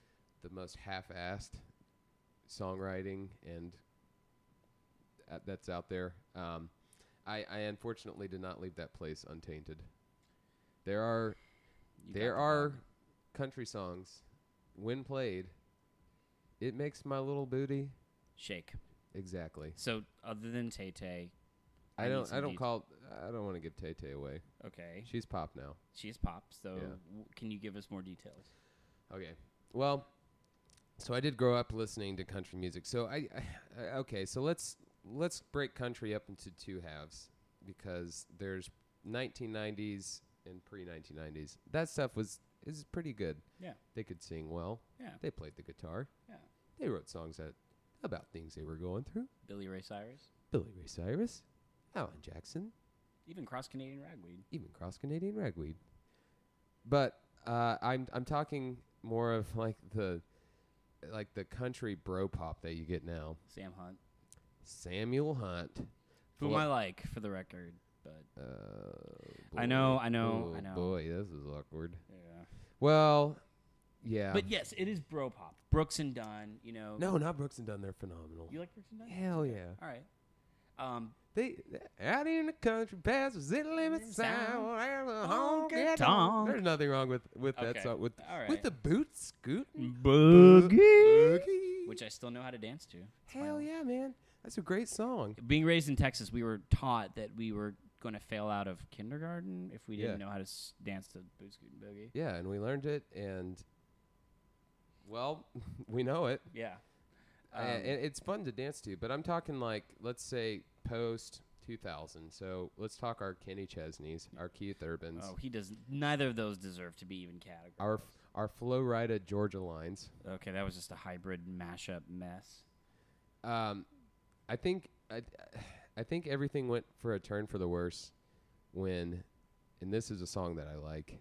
Speaker 2: the most half-assed songwriting and uh, that's out there. Um, I, I unfortunately did not leave that place untainted. There are
Speaker 1: You got
Speaker 2: there
Speaker 1: the
Speaker 2: are
Speaker 1: bug.
Speaker 2: country songs when played it makes my little booty
Speaker 1: shake.
Speaker 2: exactly.
Speaker 1: So other than Tay Tay, I
Speaker 2: I,
Speaker 1: need
Speaker 2: don't
Speaker 1: some Eh.
Speaker 2: I don't
Speaker 1: detail.
Speaker 2: call I don't want to give Tay Tay away.
Speaker 1: okay,
Speaker 2: She's pop now.
Speaker 1: she's pop. So
Speaker 2: Yeah.
Speaker 1: w- can you give us more details?
Speaker 2: Okay. Well, so I did grow up listening to country music. So I, I okay, so let's let's break country up into two halves because there's 1990s and pre-1990s. That stuff was is pretty good.
Speaker 1: Yeah.
Speaker 2: They could sing well.
Speaker 1: Yeah.
Speaker 2: They played the guitar.
Speaker 1: Yeah.
Speaker 2: They wrote songs that about things they were going through.
Speaker 1: Billy Ray Cyrus,
Speaker 2: Billy Ray Cyrus, Alan Jackson,
Speaker 1: even cross Canadian ragweed.
Speaker 2: even cross Canadian ragweed. But uh, I'm I'm talking more of like the like the country bro pop that you get now.
Speaker 1: Sam Hunt,
Speaker 2: Samuel Hunt.
Speaker 1: whom
Speaker 2: Well-
Speaker 1: I like for the record, but
Speaker 2: Uh,
Speaker 1: I know,
Speaker 2: boy.
Speaker 1: I know, I
Speaker 2: Oh,
Speaker 1: know.
Speaker 2: Boy, this is awkward.
Speaker 1: yeah.
Speaker 2: Well, yeah.
Speaker 1: But yes, it is bro pop. Brooks and Dunn, you know.
Speaker 2: no, not Brooks and Dunn. They're phenomenal.
Speaker 1: You like Brooks and Dunn?
Speaker 2: Hell yeah.
Speaker 1: All right. Um,
Speaker 2: They out in the country, past the city limits,
Speaker 1: Mm-hmm. Sound.
Speaker 2: sound, there's a
Speaker 1: Honky
Speaker 2: honky
Speaker 1: tonk.
Speaker 2: tonk. There's nothing wrong with with
Speaker 1: Okay.
Speaker 2: that song with
Speaker 1: all right.
Speaker 2: with the boots scooting.
Speaker 1: boogie,
Speaker 2: Boogie.
Speaker 1: which I still know how to dance to. It's my
Speaker 2: Hell
Speaker 1: own-
Speaker 2: yeah, man. That's a great song.
Speaker 1: Being raised in Texas, we were taught that we were going to fail out of kindergarten if we didn't
Speaker 2: Yeah.
Speaker 1: know how to s- dance to Boot Scoot and Boogie.
Speaker 2: Yeah, and we learned it, and well, we know it.
Speaker 1: Yeah.
Speaker 2: Uh,
Speaker 1: Um,
Speaker 2: and it's fun to dance to, but I'm talking like, let's say post 2000. So let's talk our Kenny Chesneys, our Keith Urbans,
Speaker 1: oh, he does. Neither of those deserve to be even categorized.
Speaker 2: our f- our Flow Rida Georgia lines.
Speaker 1: okay, that was just a hybrid mashup mess.
Speaker 2: Um, I think I, I think everything went for a turn for the worse when, and this is a song that I like,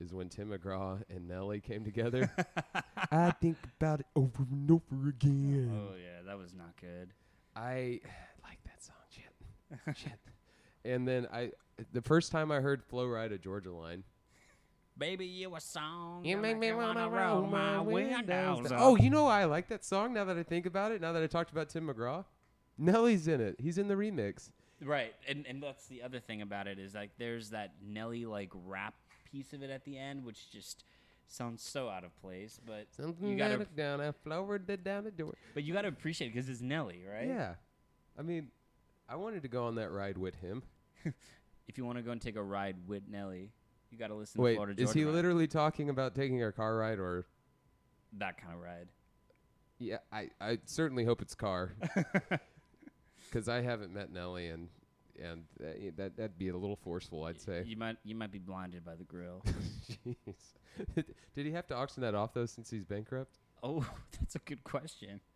Speaker 2: is when Tim McGraw and Nelly came together. I think about it over and over again.
Speaker 1: Oh yeah, that was not good.
Speaker 2: I like that song. Shit, shit. And then I, the first time I heard "Flow Ride" a Georgia Line.
Speaker 1: Baby, you a song.
Speaker 2: You
Speaker 1: to
Speaker 2: make me wanna roll my windows.
Speaker 1: up.
Speaker 2: Oh, you know why I like that song? Now that I think about it, now that I talked about Tim McGraw, Nelly's in it. He's in the remix.
Speaker 1: Right, and and that's the other thing about it is like there's that Nelly like rap piece of it at the end, which just sounds so out of place. But
Speaker 2: Something
Speaker 1: you gotta,
Speaker 2: that down, I flowered it down the door.
Speaker 1: but you gotta appreciate it because it's Nelly, right?
Speaker 2: Yeah, I mean, I wanted to go on that ride with him.
Speaker 1: If you want to go and take a ride with Nelly, you gotta listen
Speaker 2: Wait,
Speaker 1: to Florida
Speaker 2: is
Speaker 1: Georgia
Speaker 2: he
Speaker 1: Line.
Speaker 2: literally talking about taking a car ride or?
Speaker 1: that kind of ride?
Speaker 2: Yeah, I, I certainly hope it's car. because I haven't met Nelly, and and that, that that'd be a little forceful, I'd say.
Speaker 1: You might you might be blinded by the grill.
Speaker 2: Jeez, did he have to auction that off though, since he's bankrupt?
Speaker 1: oh, that's a good question.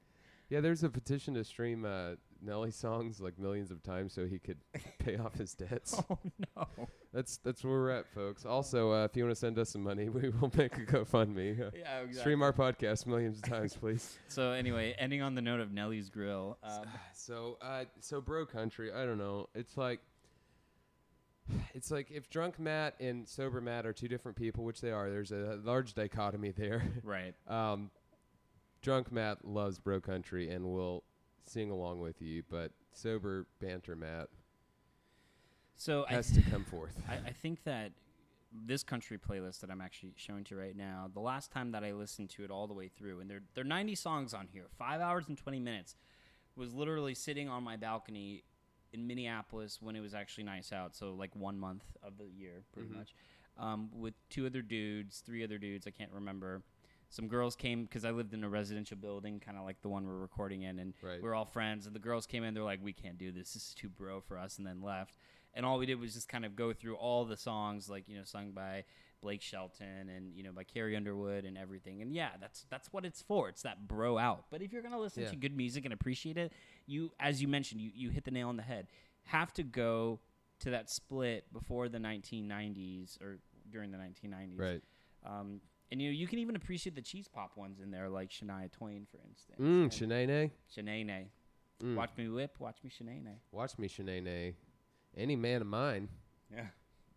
Speaker 2: Yeah, there's a petition to stream uh, Nelly songs like millions of times so he could pay off his debts.
Speaker 1: Oh no.
Speaker 2: That's that's where we're at, folks. Also, uh, if you want to send us some money, we will make a GoFundMe. Uh,
Speaker 1: Yeah, exactly.
Speaker 2: Stream our podcast millions of times, please.
Speaker 1: So anyway, ending on the note of Nelly's grill. Um,
Speaker 2: so, uh, so bro country. I don't know. It's like, it's like if drunk Matt and sober Matt are two different people, which they are. There's a large dichotomy there.
Speaker 1: right.
Speaker 2: Um, drunk Matt loves bro country and will sing along with you, but sober banter Matt
Speaker 1: So I
Speaker 2: has to come forth.
Speaker 1: I, I think that this country playlist that I'm actually showing to you right now, the last time that I listened to it all the way through, and there there are 90 songs on here, five hours and 20 minutes, was literally sitting on my balcony in Minneapolis when it was actually nice out. So like one month of the year, pretty
Speaker 2: Mhm.
Speaker 1: much, um, with two other dudes, three other dudes, I can't remember. Some girls came because I lived in a residential building, kind of like the one we're recording in, and
Speaker 2: Right.
Speaker 1: we're all friends. And the girls came in, they're like, "We can't do this. This is too bro for us," and then left. And all we did was just kind of go through all the songs, like you know, sung by Blake Shelton and you know by Carrie Underwood and everything. And yeah, that's that's what it's for. It's that bro out. But if you're gonna listen
Speaker 2: Yeah.
Speaker 1: to good music and appreciate it, you as you mentioned, you you hit the nail on the head. Have to go to that split before the 1990s or during the 1990s.
Speaker 2: right.
Speaker 1: Um, and you know, you can even appreciate the cheese pop ones in there, like Shania Twain, for instance.
Speaker 2: Mm,
Speaker 1: and
Speaker 2: Shanae.
Speaker 1: Shanae.
Speaker 2: Mm.
Speaker 1: Watch me whip, watch me Shanae.
Speaker 2: Watch me, Shanae. Any man of mine.
Speaker 1: Yeah.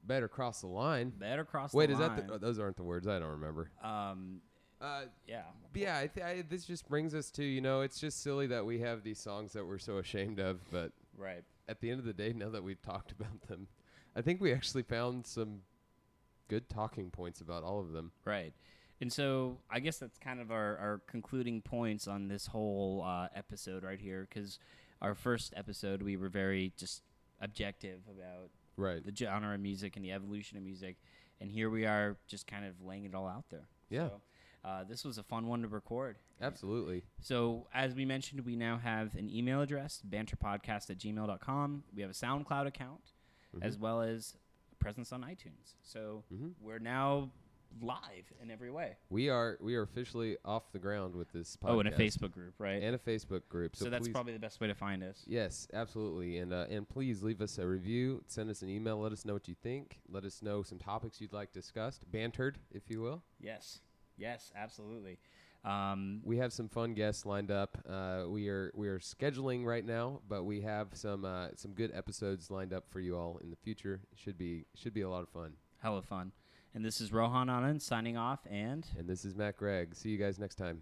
Speaker 2: Better cross the line.
Speaker 1: Better cross
Speaker 2: Wait,
Speaker 1: the
Speaker 2: is
Speaker 1: line.
Speaker 2: that the, oh, those aren't the words? I don't remember.
Speaker 1: um,
Speaker 2: Uh,
Speaker 1: yeah.
Speaker 2: but yeah, I th- I, this just brings us to you know, it's just silly that we have these songs that we're so ashamed of, but
Speaker 1: Right.
Speaker 2: at the end of the day, now that we've talked about them, I think we actually found some good talking points about all of them.
Speaker 1: Right. And so I guess that's kind of our, our concluding points on this whole uh, episode right here because our first episode we were very just objective about
Speaker 2: Right.
Speaker 1: the genre of music and the evolution of music, and here we are just kind of laying it all out there.
Speaker 2: Yeah.
Speaker 1: So, uh, this was a fun one to record.
Speaker 2: Absolutely.
Speaker 1: So, as we mentioned, we now have an email address, banterpodcast at gmail.com. We have a SoundCloud account,
Speaker 2: Mm-hmm.
Speaker 1: as well as presence on iTunes. So,
Speaker 2: Mhm.
Speaker 1: we're now live in every way.
Speaker 2: We are we are officially off the ground with this podcast.
Speaker 1: Oh, and a Facebook group, right?
Speaker 2: and a Facebook group. So,
Speaker 1: so, that's
Speaker 2: please-
Speaker 1: probably the best way to find us.
Speaker 2: Yes, absolutely. And uh, and please leave us a review, send us an email, let us know what you think, let us know some topics you'd like discussed, bantered, if you will.
Speaker 1: Yes. Yes, absolutely. Um,
Speaker 2: We have some fun guests lined up. Uh, we are we are scheduling right now, but we have some uh, some good episodes lined up for you all in the future. Should be should be a lot of fun.
Speaker 1: hella fun. And this is Rohan Anand signing off, and.
Speaker 2: And this is Matt Gregg. See you guys next time.